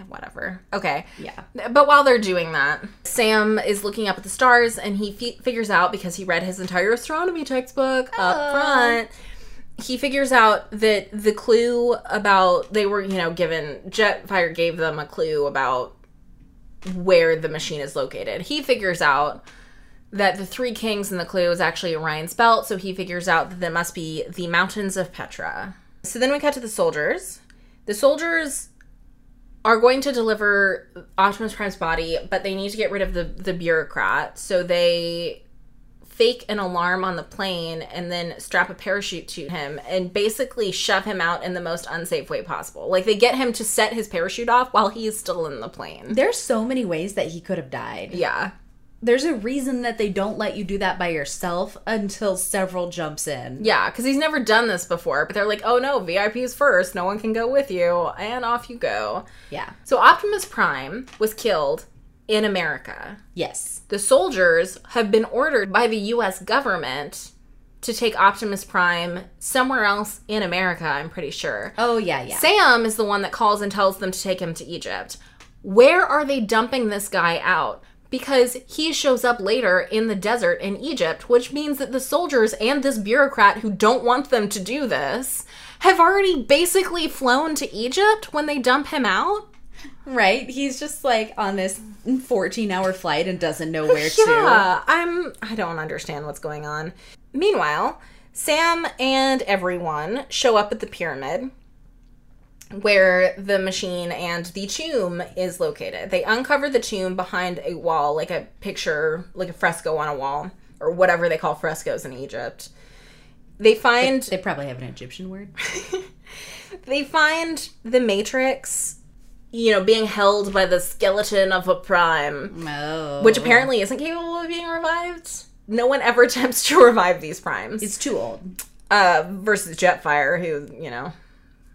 Speaker 1: Whatever. Okay.
Speaker 2: Yeah.
Speaker 1: But while they're doing that, Sam is looking up at the stars and he fi- figures out because he read his entire astronomy textbook up front. He figures out that the clue about they were, you know, given Jetfire gave them a clue about where the machine is located. He figures out that the three kings in the clue is actually Orion's belt, so he figures out that it must be the mountains of Petra. So then we cut to the soldiers. The soldiers are going to deliver Optimus Prime's body, but they need to get rid of the, the bureaucrat. So they fake an alarm on the plane and then strap a parachute to him and basically shove him out in the most unsafe way possible. Like they get him to set his parachute off while he is still in the plane.
Speaker 2: There's so many ways that he could have died.
Speaker 1: Yeah.
Speaker 2: There's a reason that they don't let you do that by yourself until several jumps in.
Speaker 1: Yeah, because he's never done this before, but they're like, oh no, VIPs first, no one can go with you, and off you go.
Speaker 2: Yeah.
Speaker 1: So Optimus Prime was killed in America.
Speaker 2: Yes.
Speaker 1: The soldiers have been ordered by the US government to take Optimus Prime somewhere else in America, I'm pretty sure.
Speaker 2: Oh yeah, yeah.
Speaker 1: Sam is the one that calls and tells them to take him to Egypt. Where are they dumping this guy out? because he shows up later in the desert in Egypt, which means that the soldiers and this bureaucrat who don't want them to do this have already basically flown to Egypt when they dump him out.
Speaker 10: Right? He's just like on this 14 hour flight and doesn't know where to.
Speaker 1: Yeah, I'm. I don't understand what's going on. Meanwhile, Sam and everyone show up at the pyramid where the machine and the tomb is located. They uncover the tomb behind a wall, like a picture, like a fresco on a wall, or whatever they call frescoes in Egypt. They find
Speaker 10: They probably have an Egyptian word.
Speaker 1: they find the matrix, you know, being held by the skeleton of a prime.
Speaker 10: Oh.
Speaker 1: which apparently isn't capable of being revived. No one ever attempts to revive these primes.
Speaker 10: It's too old.
Speaker 1: uh, versus Jetfire, who you know,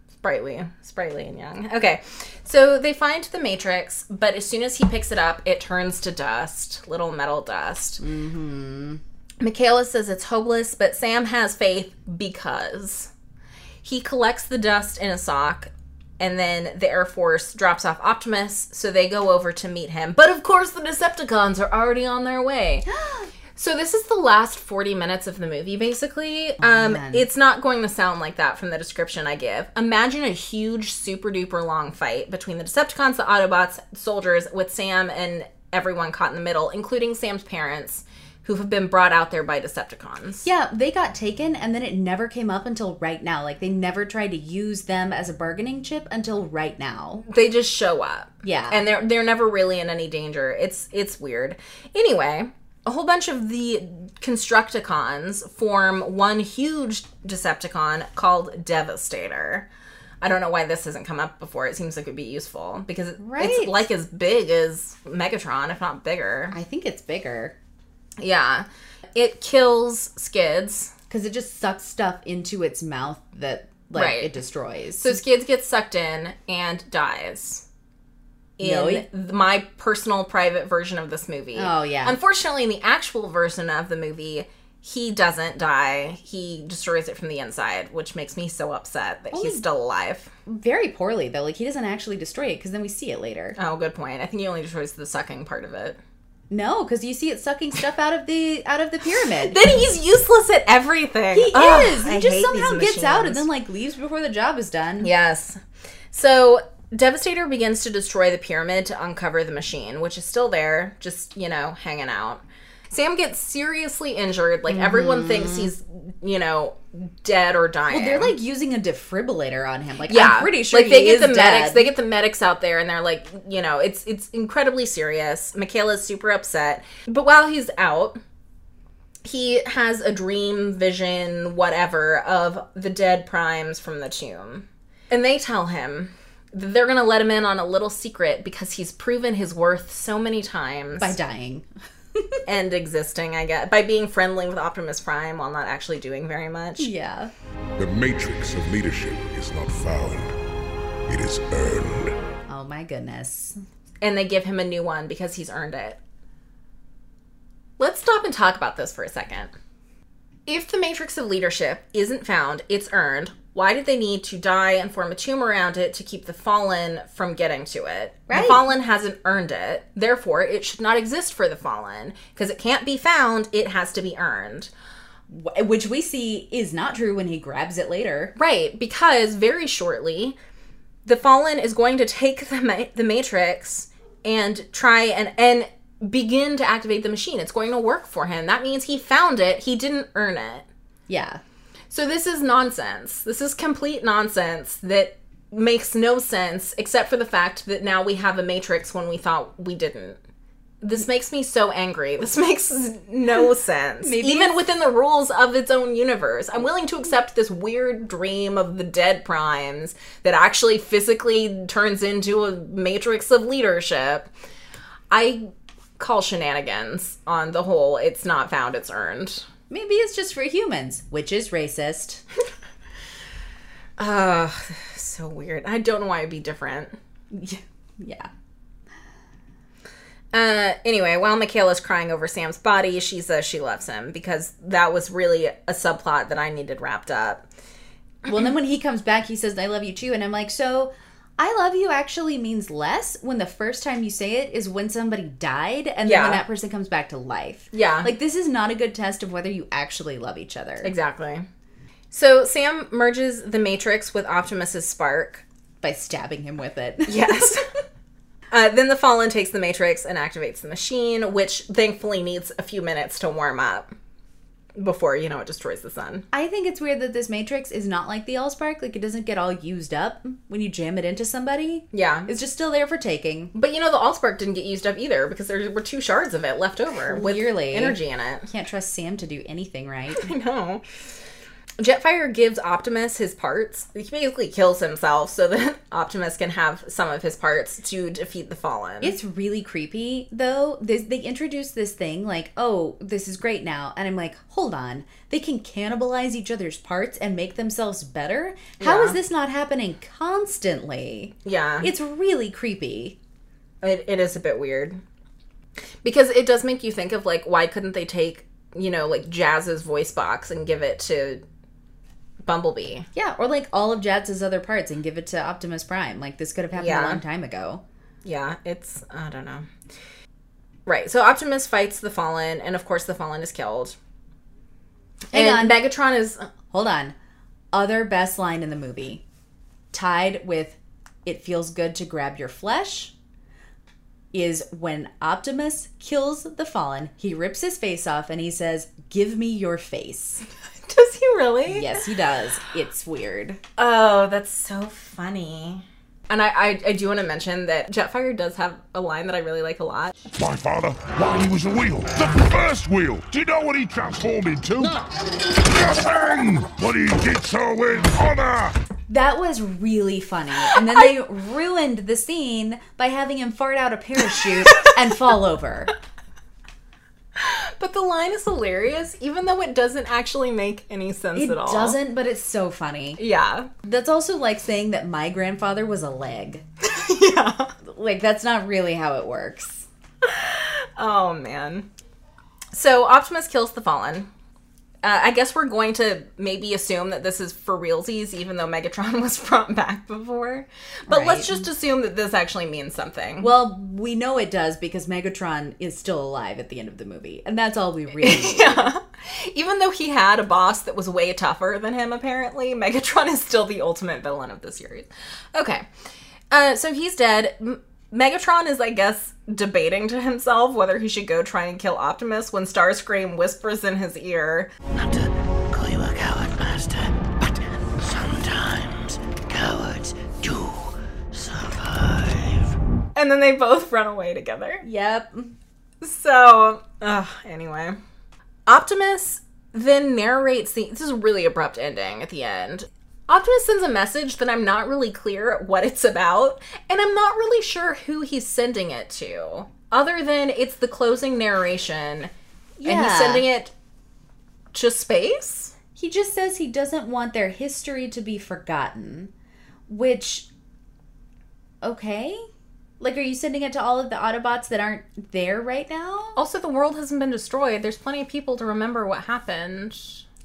Speaker 1: sprightly, sprightly and young. Okay, so they find the Matrix, but as soon as he picks it up, it turns to dust, little metal dust. Mm-hmm. Michaela says it's hopeless, but Sam has faith because he collects the dust in a sock. And then the Air Force drops off Optimus, so they go over to meet him. But of course, the Decepticons are already on their way. So this is the last 40 minutes of the movie basically. Um it's not going to sound like that from the description I give. Imagine a huge super duper long fight between the Decepticons, the Autobots, soldiers with Sam and everyone caught in the middle, including Sam's parents who have been brought out there by Decepticons.
Speaker 10: Yeah, they got taken and then it never came up until right now. Like they never tried to use them as a bargaining chip until right now.
Speaker 1: They just show up.
Speaker 10: Yeah.
Speaker 1: and they're they're never really in any danger. It's it's weird. Anyway, a whole bunch of the Constructicons form one huge Decepticon called Devastator. I don't know why this hasn't come up before. It seems like it'd be useful because it-
Speaker 10: Right.
Speaker 1: it's like as big as Megatron, if not bigger.
Speaker 10: I think it's bigger
Speaker 1: Yeah, it kills Skids.
Speaker 10: because it just sucks stuff into its mouth that like
Speaker 1: Right.
Speaker 10: it destroys.
Speaker 1: So Skids gets sucked in and dies. In
Speaker 10: No, he-
Speaker 1: th- my personal private version of this movie.
Speaker 10: Oh, yeah.
Speaker 1: Unfortunately, in the actual version of the movie, he doesn't die. He destroys it from the inside, which makes me so upset that
Speaker 10: Oh.
Speaker 1: he's still alive.
Speaker 10: Very poorly though. Like he doesn't actually destroy it because then we see it later.
Speaker 1: Oh, good point. I think he only destroys the sucking part of it.
Speaker 10: No, because you see it sucking stuff out of the out of the pyramid.
Speaker 1: Then he's useless at everything.
Speaker 10: he is. He just somehow gets out and then like leaves before the job is done.
Speaker 1: Yes. So Devastator begins to destroy the pyramid to uncover the machine, which is still there, just, you know, hanging out. Sam gets seriously injured. Like, everyone thinks he's, you know, dead or dying.
Speaker 10: Mm-hmm. Well, they're like using a defibrillator on him. Like
Speaker 1: yeah,
Speaker 10: I'm pretty sure
Speaker 1: like they
Speaker 10: he
Speaker 1: get
Speaker 10: is
Speaker 1: the
Speaker 10: dead.
Speaker 1: medics. They get the medics out there, and they're like, you know, it's it's incredibly serious. Michaela's super upset, but while he's out, he has a dream vision, whatever, of the dead primes from the tomb, and they tell him that they're gonna let him in on a little secret because he's proven his worth so many times
Speaker 10: by dying.
Speaker 1: and existing, I guess, by being friendly with Optimus Prime while not actually doing very much.
Speaker 10: Yeah.
Speaker 8: The matrix of leadership is not found, it is earned.
Speaker 10: Oh my goodness.
Speaker 1: and they give him a new one because he's earned it. Let's stop and talk about this for a second. If the matrix of leadership isn't found, it's earned, why did they need to die and form a tomb around it to keep the fallen from getting to it?
Speaker 10: Right.
Speaker 1: The fallen hasn't earned it, therefore, it should not exist for the fallen because it can't be found, it has to be earned.
Speaker 10: Wh- Which we see is not true when he grabs it later.
Speaker 1: Right, because very shortly, the Fallen is going to take the ma- the Matrix and try and and begin to activate the machine. It's going to work for him. That means he found it. He didn't earn it.
Speaker 10: Yeah.
Speaker 1: So this is nonsense. This is complete nonsense that makes no sense except for the fact that now we have a matrix when we thought we didn't. This makes me so angry. This makes no sense.
Speaker 10: Maybe
Speaker 1: Even
Speaker 10: it's-
Speaker 1: within the rules of its own universe. I'm willing to accept this weird dream of the dead primes that actually physically turns into a matrix of leadership. I call shenanigans on the whole. It's not found, it's earned.
Speaker 10: Maybe it's just for humans, which is racist.
Speaker 1: Ugh, so weird. I don't know why it'd be different.
Speaker 10: yeah.
Speaker 1: Uh, anyway, while Michaela's crying over Sam's body, she says she loves him because that was really a subplot that I needed wrapped up.
Speaker 10: Well, then when he comes back, he says, I love you too. And I'm like, so
Speaker 2: I love you actually means less when the first time you say it is when somebody died and then
Speaker 1: Yeah.
Speaker 2: when that person comes back to life.
Speaker 1: Yeah.
Speaker 2: Like this is not a good test of whether you actually love each other.
Speaker 1: Exactly. So Sam merges the Matrix with Optimus's spark.
Speaker 2: by stabbing him with it.
Speaker 1: Yes. uh, then the Fallen takes the Matrix and activates the machine, which thankfully needs a few minutes to warm up before, you know, it destroys the sun.
Speaker 2: I think it's weird that this matrix is not like the Allspark. Like, it doesn't get all used up when you jam it into somebody.
Speaker 1: Yeah.
Speaker 2: It's just still there for taking.
Speaker 1: But you know, the Allspark didn't get used up either because there were two shards of it left over with
Speaker 2: Clearly.
Speaker 1: energy in it.
Speaker 2: Can't trust Sam to do anything right.
Speaker 1: No. Jetfire gives Optimus his parts. He basically kills himself so that Optimus can have some of his parts to defeat the Fallen.
Speaker 2: it's really creepy, though. This, they introduce this thing like, oh, this is great now. And I'm like, hold on. They can cannibalize each other's parts and make themselves better? How is this not happening constantly?
Speaker 1: yeah.
Speaker 2: It's really creepy.
Speaker 1: It, it is a bit weird because it does make you think of like why couldn't they take you know like Jazz's voice box and give it to Bumblebee?
Speaker 2: Yeah, or like all of Jadz's other parts and give it to Optimus Prime. Like, this could have happened
Speaker 1: Yeah.
Speaker 2: a long time ago.
Speaker 1: Yeah, it's I don't know. Right, so Optimus fights the Fallen, and of course the Fallen is killed.
Speaker 2: Hang
Speaker 1: and
Speaker 2: on.
Speaker 1: Megatron is
Speaker 2: Hold on. Other best line in the movie. Tied with it feels good to grab your flesh is when Optimus kills the fallen, he rips his face off and he says, "Give me your face."
Speaker 1: does he really?
Speaker 2: Yes, he does. It's weird.
Speaker 1: Oh, that's so funny. And I, I, I do want to mention that Jetfire does have a line that I really like a lot.
Speaker 8: My father, while he was a wheel, the first wheel, do you know what he transformed into? Nothing! But he did so with honor!
Speaker 2: That was really funny. And then they ruined the scene by having him fart out a parachute and fall over.
Speaker 1: But the line is hilarious, even though it doesn't actually make any sense
Speaker 2: It
Speaker 1: at all.
Speaker 2: doesn't, but it's so funny.
Speaker 1: Yeah.
Speaker 2: That's also like saying that my grandfather was a leg.
Speaker 1: Yeah.
Speaker 2: Like that's not really how it works.
Speaker 1: Oh man. So Optimus kills the Fallen. Uh, I guess we're going to maybe assume that this is for realsies, even though Megatron was brought back before. But let's just assume that this actually means something.
Speaker 2: Well, we know it does because Megatron is still alive at the end of the movie, and that's all we really need.
Speaker 1: even though he had a boss that was way tougher than him, apparently, Megatron is still the ultimate villain of the series. Okay. Uh, so he's dead. M- Megatron is, I guess, debating to himself whether he should go try and kill Optimus when Starscream whispers in his ear,
Speaker 11: Not to call you a coward, Master, but sometimes cowards do survive.
Speaker 1: and then they both run away together.
Speaker 2: Yep.
Speaker 1: So, ugh, anyway. Optimus then narrates the. This is a really abrupt ending at the end. Optimus sends a message that I'm not really clear what it's about, and I'm not really sure who he's sending it to, other than it's the closing narration, and he's
Speaker 2: Yeah.
Speaker 1: sending it to space?
Speaker 2: He just says he doesn't want their history to be forgotten, which okay? Like are you sending it to all of the Autobots that aren't there right now?
Speaker 1: Also, the world hasn't been destroyed. There's plenty of people to remember what happened.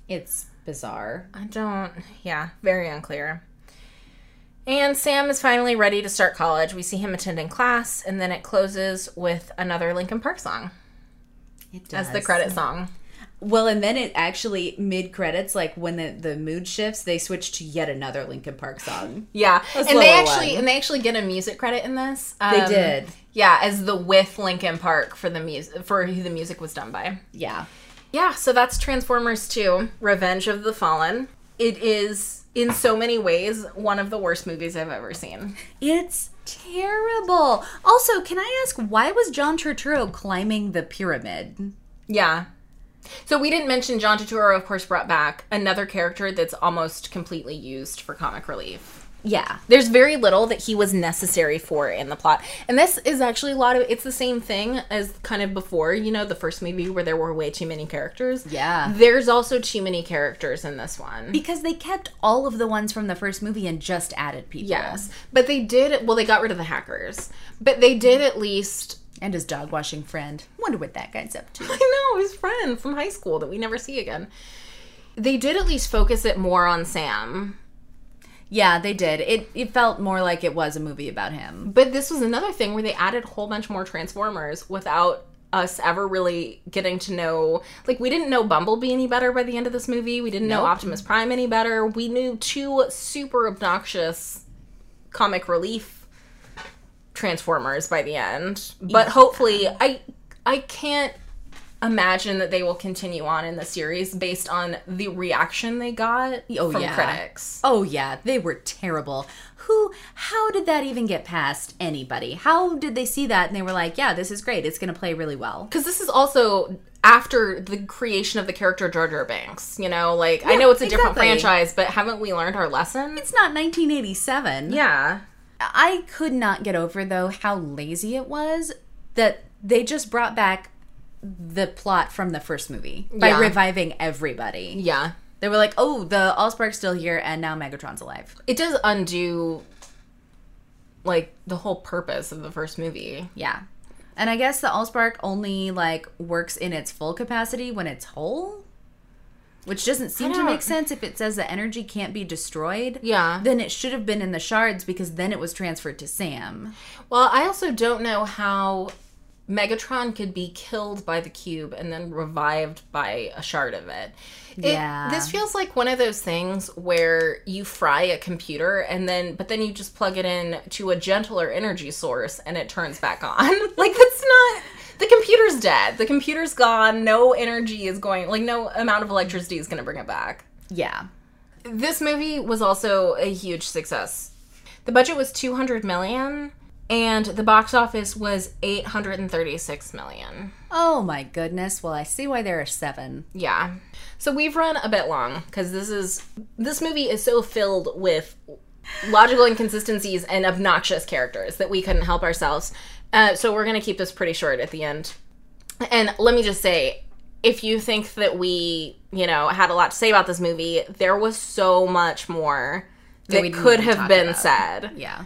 Speaker 2: It's bizarre.
Speaker 1: I don't. Yeah, very unclear. And Sam is finally ready to start college. We see him attending class, and then it closes with another Linkin Park song
Speaker 2: It does.
Speaker 1: as the credit song.
Speaker 2: Well, and then it actually mid credits, like when the, the mood shifts, they switch to yet another Linkin Park song.
Speaker 1: Yeah,
Speaker 2: That's
Speaker 1: and they
Speaker 2: level
Speaker 1: actually
Speaker 2: one.
Speaker 1: and they actually get a music credit in this.
Speaker 2: They
Speaker 1: Um,
Speaker 2: did.
Speaker 1: Yeah, as the with Linkin Park for the music for who the music was done by.
Speaker 2: Yeah.
Speaker 1: Yeah, so that's Transformers 2 Revenge of the Fallen. It is in so many ways one of the worst movies I've ever seen.
Speaker 2: It's terrible. Also, can I ask why was John Turturro climbing the pyramid?
Speaker 1: Yeah. So we didn't mention John Turturro, of course, brought back another character that's almost completely used for comic relief.
Speaker 2: Yeah.
Speaker 1: There's very little that he was necessary for in the plot. And this is actually a lot of it's the same thing as kind of before, you know, the first movie where there were way too many characters.
Speaker 2: Yeah.
Speaker 1: There's also too many characters in this one.
Speaker 2: Because they kept all of the ones from the first movie and just added people.
Speaker 1: Yes. But they did well, they got rid of the hackers. But they did at least
Speaker 2: And his dog washing friend. Wonder what that guy's up to.
Speaker 1: I know his friend from high school that we never see again. They did at least focus it more on Sam
Speaker 2: Yeah, they did. It it felt more like it was a movie about him.
Speaker 1: But this was another thing where they added a whole bunch more Transformers without us ever really getting to know. Like, we didn't know Bumblebee any better by the end of this movie. We didn't know Optimus Prime any better. We knew two super obnoxious comic relief Transformers by the end. But hopefully, I I can't imagine that they will continue on in the series based on the reaction they got
Speaker 2: Oh,
Speaker 1: from
Speaker 2: yeah.
Speaker 1: critics.
Speaker 2: Oh yeah, they were terrible. Who how did that even get past anybody? How did they see that and they were like, yeah, this is great. It's going to play really well.
Speaker 1: because this is also after the creation of the character Jar Jar Banks. You know, like I know it's a different
Speaker 2: exactly.
Speaker 1: franchise, but haven't we learned our lesson?
Speaker 2: It's not 1987.
Speaker 1: yeah,
Speaker 2: I could not get over though how lazy it was that they just brought back the plot from the first movie by
Speaker 1: Yeah.
Speaker 2: reviving everybody.
Speaker 1: yeah.
Speaker 2: They were like, "Oh, the Allspark's still here, and now Megatron's alive."
Speaker 1: It does undo like the whole purpose of the first movie.
Speaker 2: Yeah, and I guess the Allspark only like works in its full capacity when it's whole, which doesn't seem to
Speaker 1: don't-
Speaker 2: make sense if it says that energy can't be destroyed.
Speaker 1: Yeah.
Speaker 2: then it should have been in the shards because then it was transferred to Sam.
Speaker 1: Well, I also don't know how Megatron could be killed by the cube and then revived by a shard of it. It-
Speaker 2: Yeah.
Speaker 1: This feels like one of those things where you fry a computer and then but then you just plug it in to a gentler energy source and it turns back on. like that's not the computer's dead. The computer's gone. No energy is going like no amount of electricity is going to bring it back.
Speaker 2: Yeah,
Speaker 1: This movie was also a huge success. The budget was 200 million and the box office was 836 million.
Speaker 2: Oh my goodness. Well, I see why there are seven.
Speaker 1: Yeah. So we've run a bit long cuz this is this movie is so filled with logical inconsistencies and obnoxious characters that we couldn't help ourselves. Uh, so we're going to keep this pretty short at the end. And let me just say if you think that we, you know, had a lot to say about this movie, there was so much more that
Speaker 2: we didn't
Speaker 1: could
Speaker 2: even
Speaker 1: have
Speaker 2: talk
Speaker 1: been
Speaker 2: about.
Speaker 1: said.
Speaker 2: Yeah.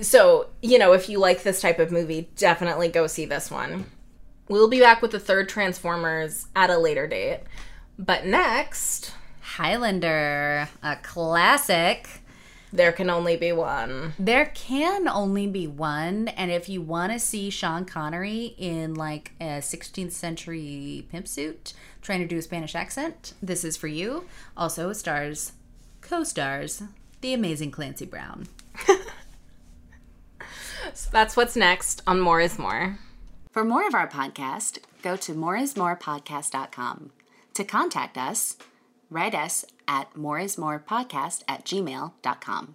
Speaker 1: So, you know, if you like this type of movie, definitely go see this one. We'll be back with the third Transformers at a later date. But next,
Speaker 2: Highlander, a classic.
Speaker 1: there can only be one.
Speaker 2: There can only be one. And if you want to see Sean Connery in like a 16th century pimp suit trying to do a Spanish accent, this is for you. Also, stars, co stars, the amazing Clancy Brown.
Speaker 1: So that's what's next on More is More.
Speaker 12: For more of our podcast, go to moreismorepodcast.com. To contact us, write us at moreismorepodcast at gmail.com.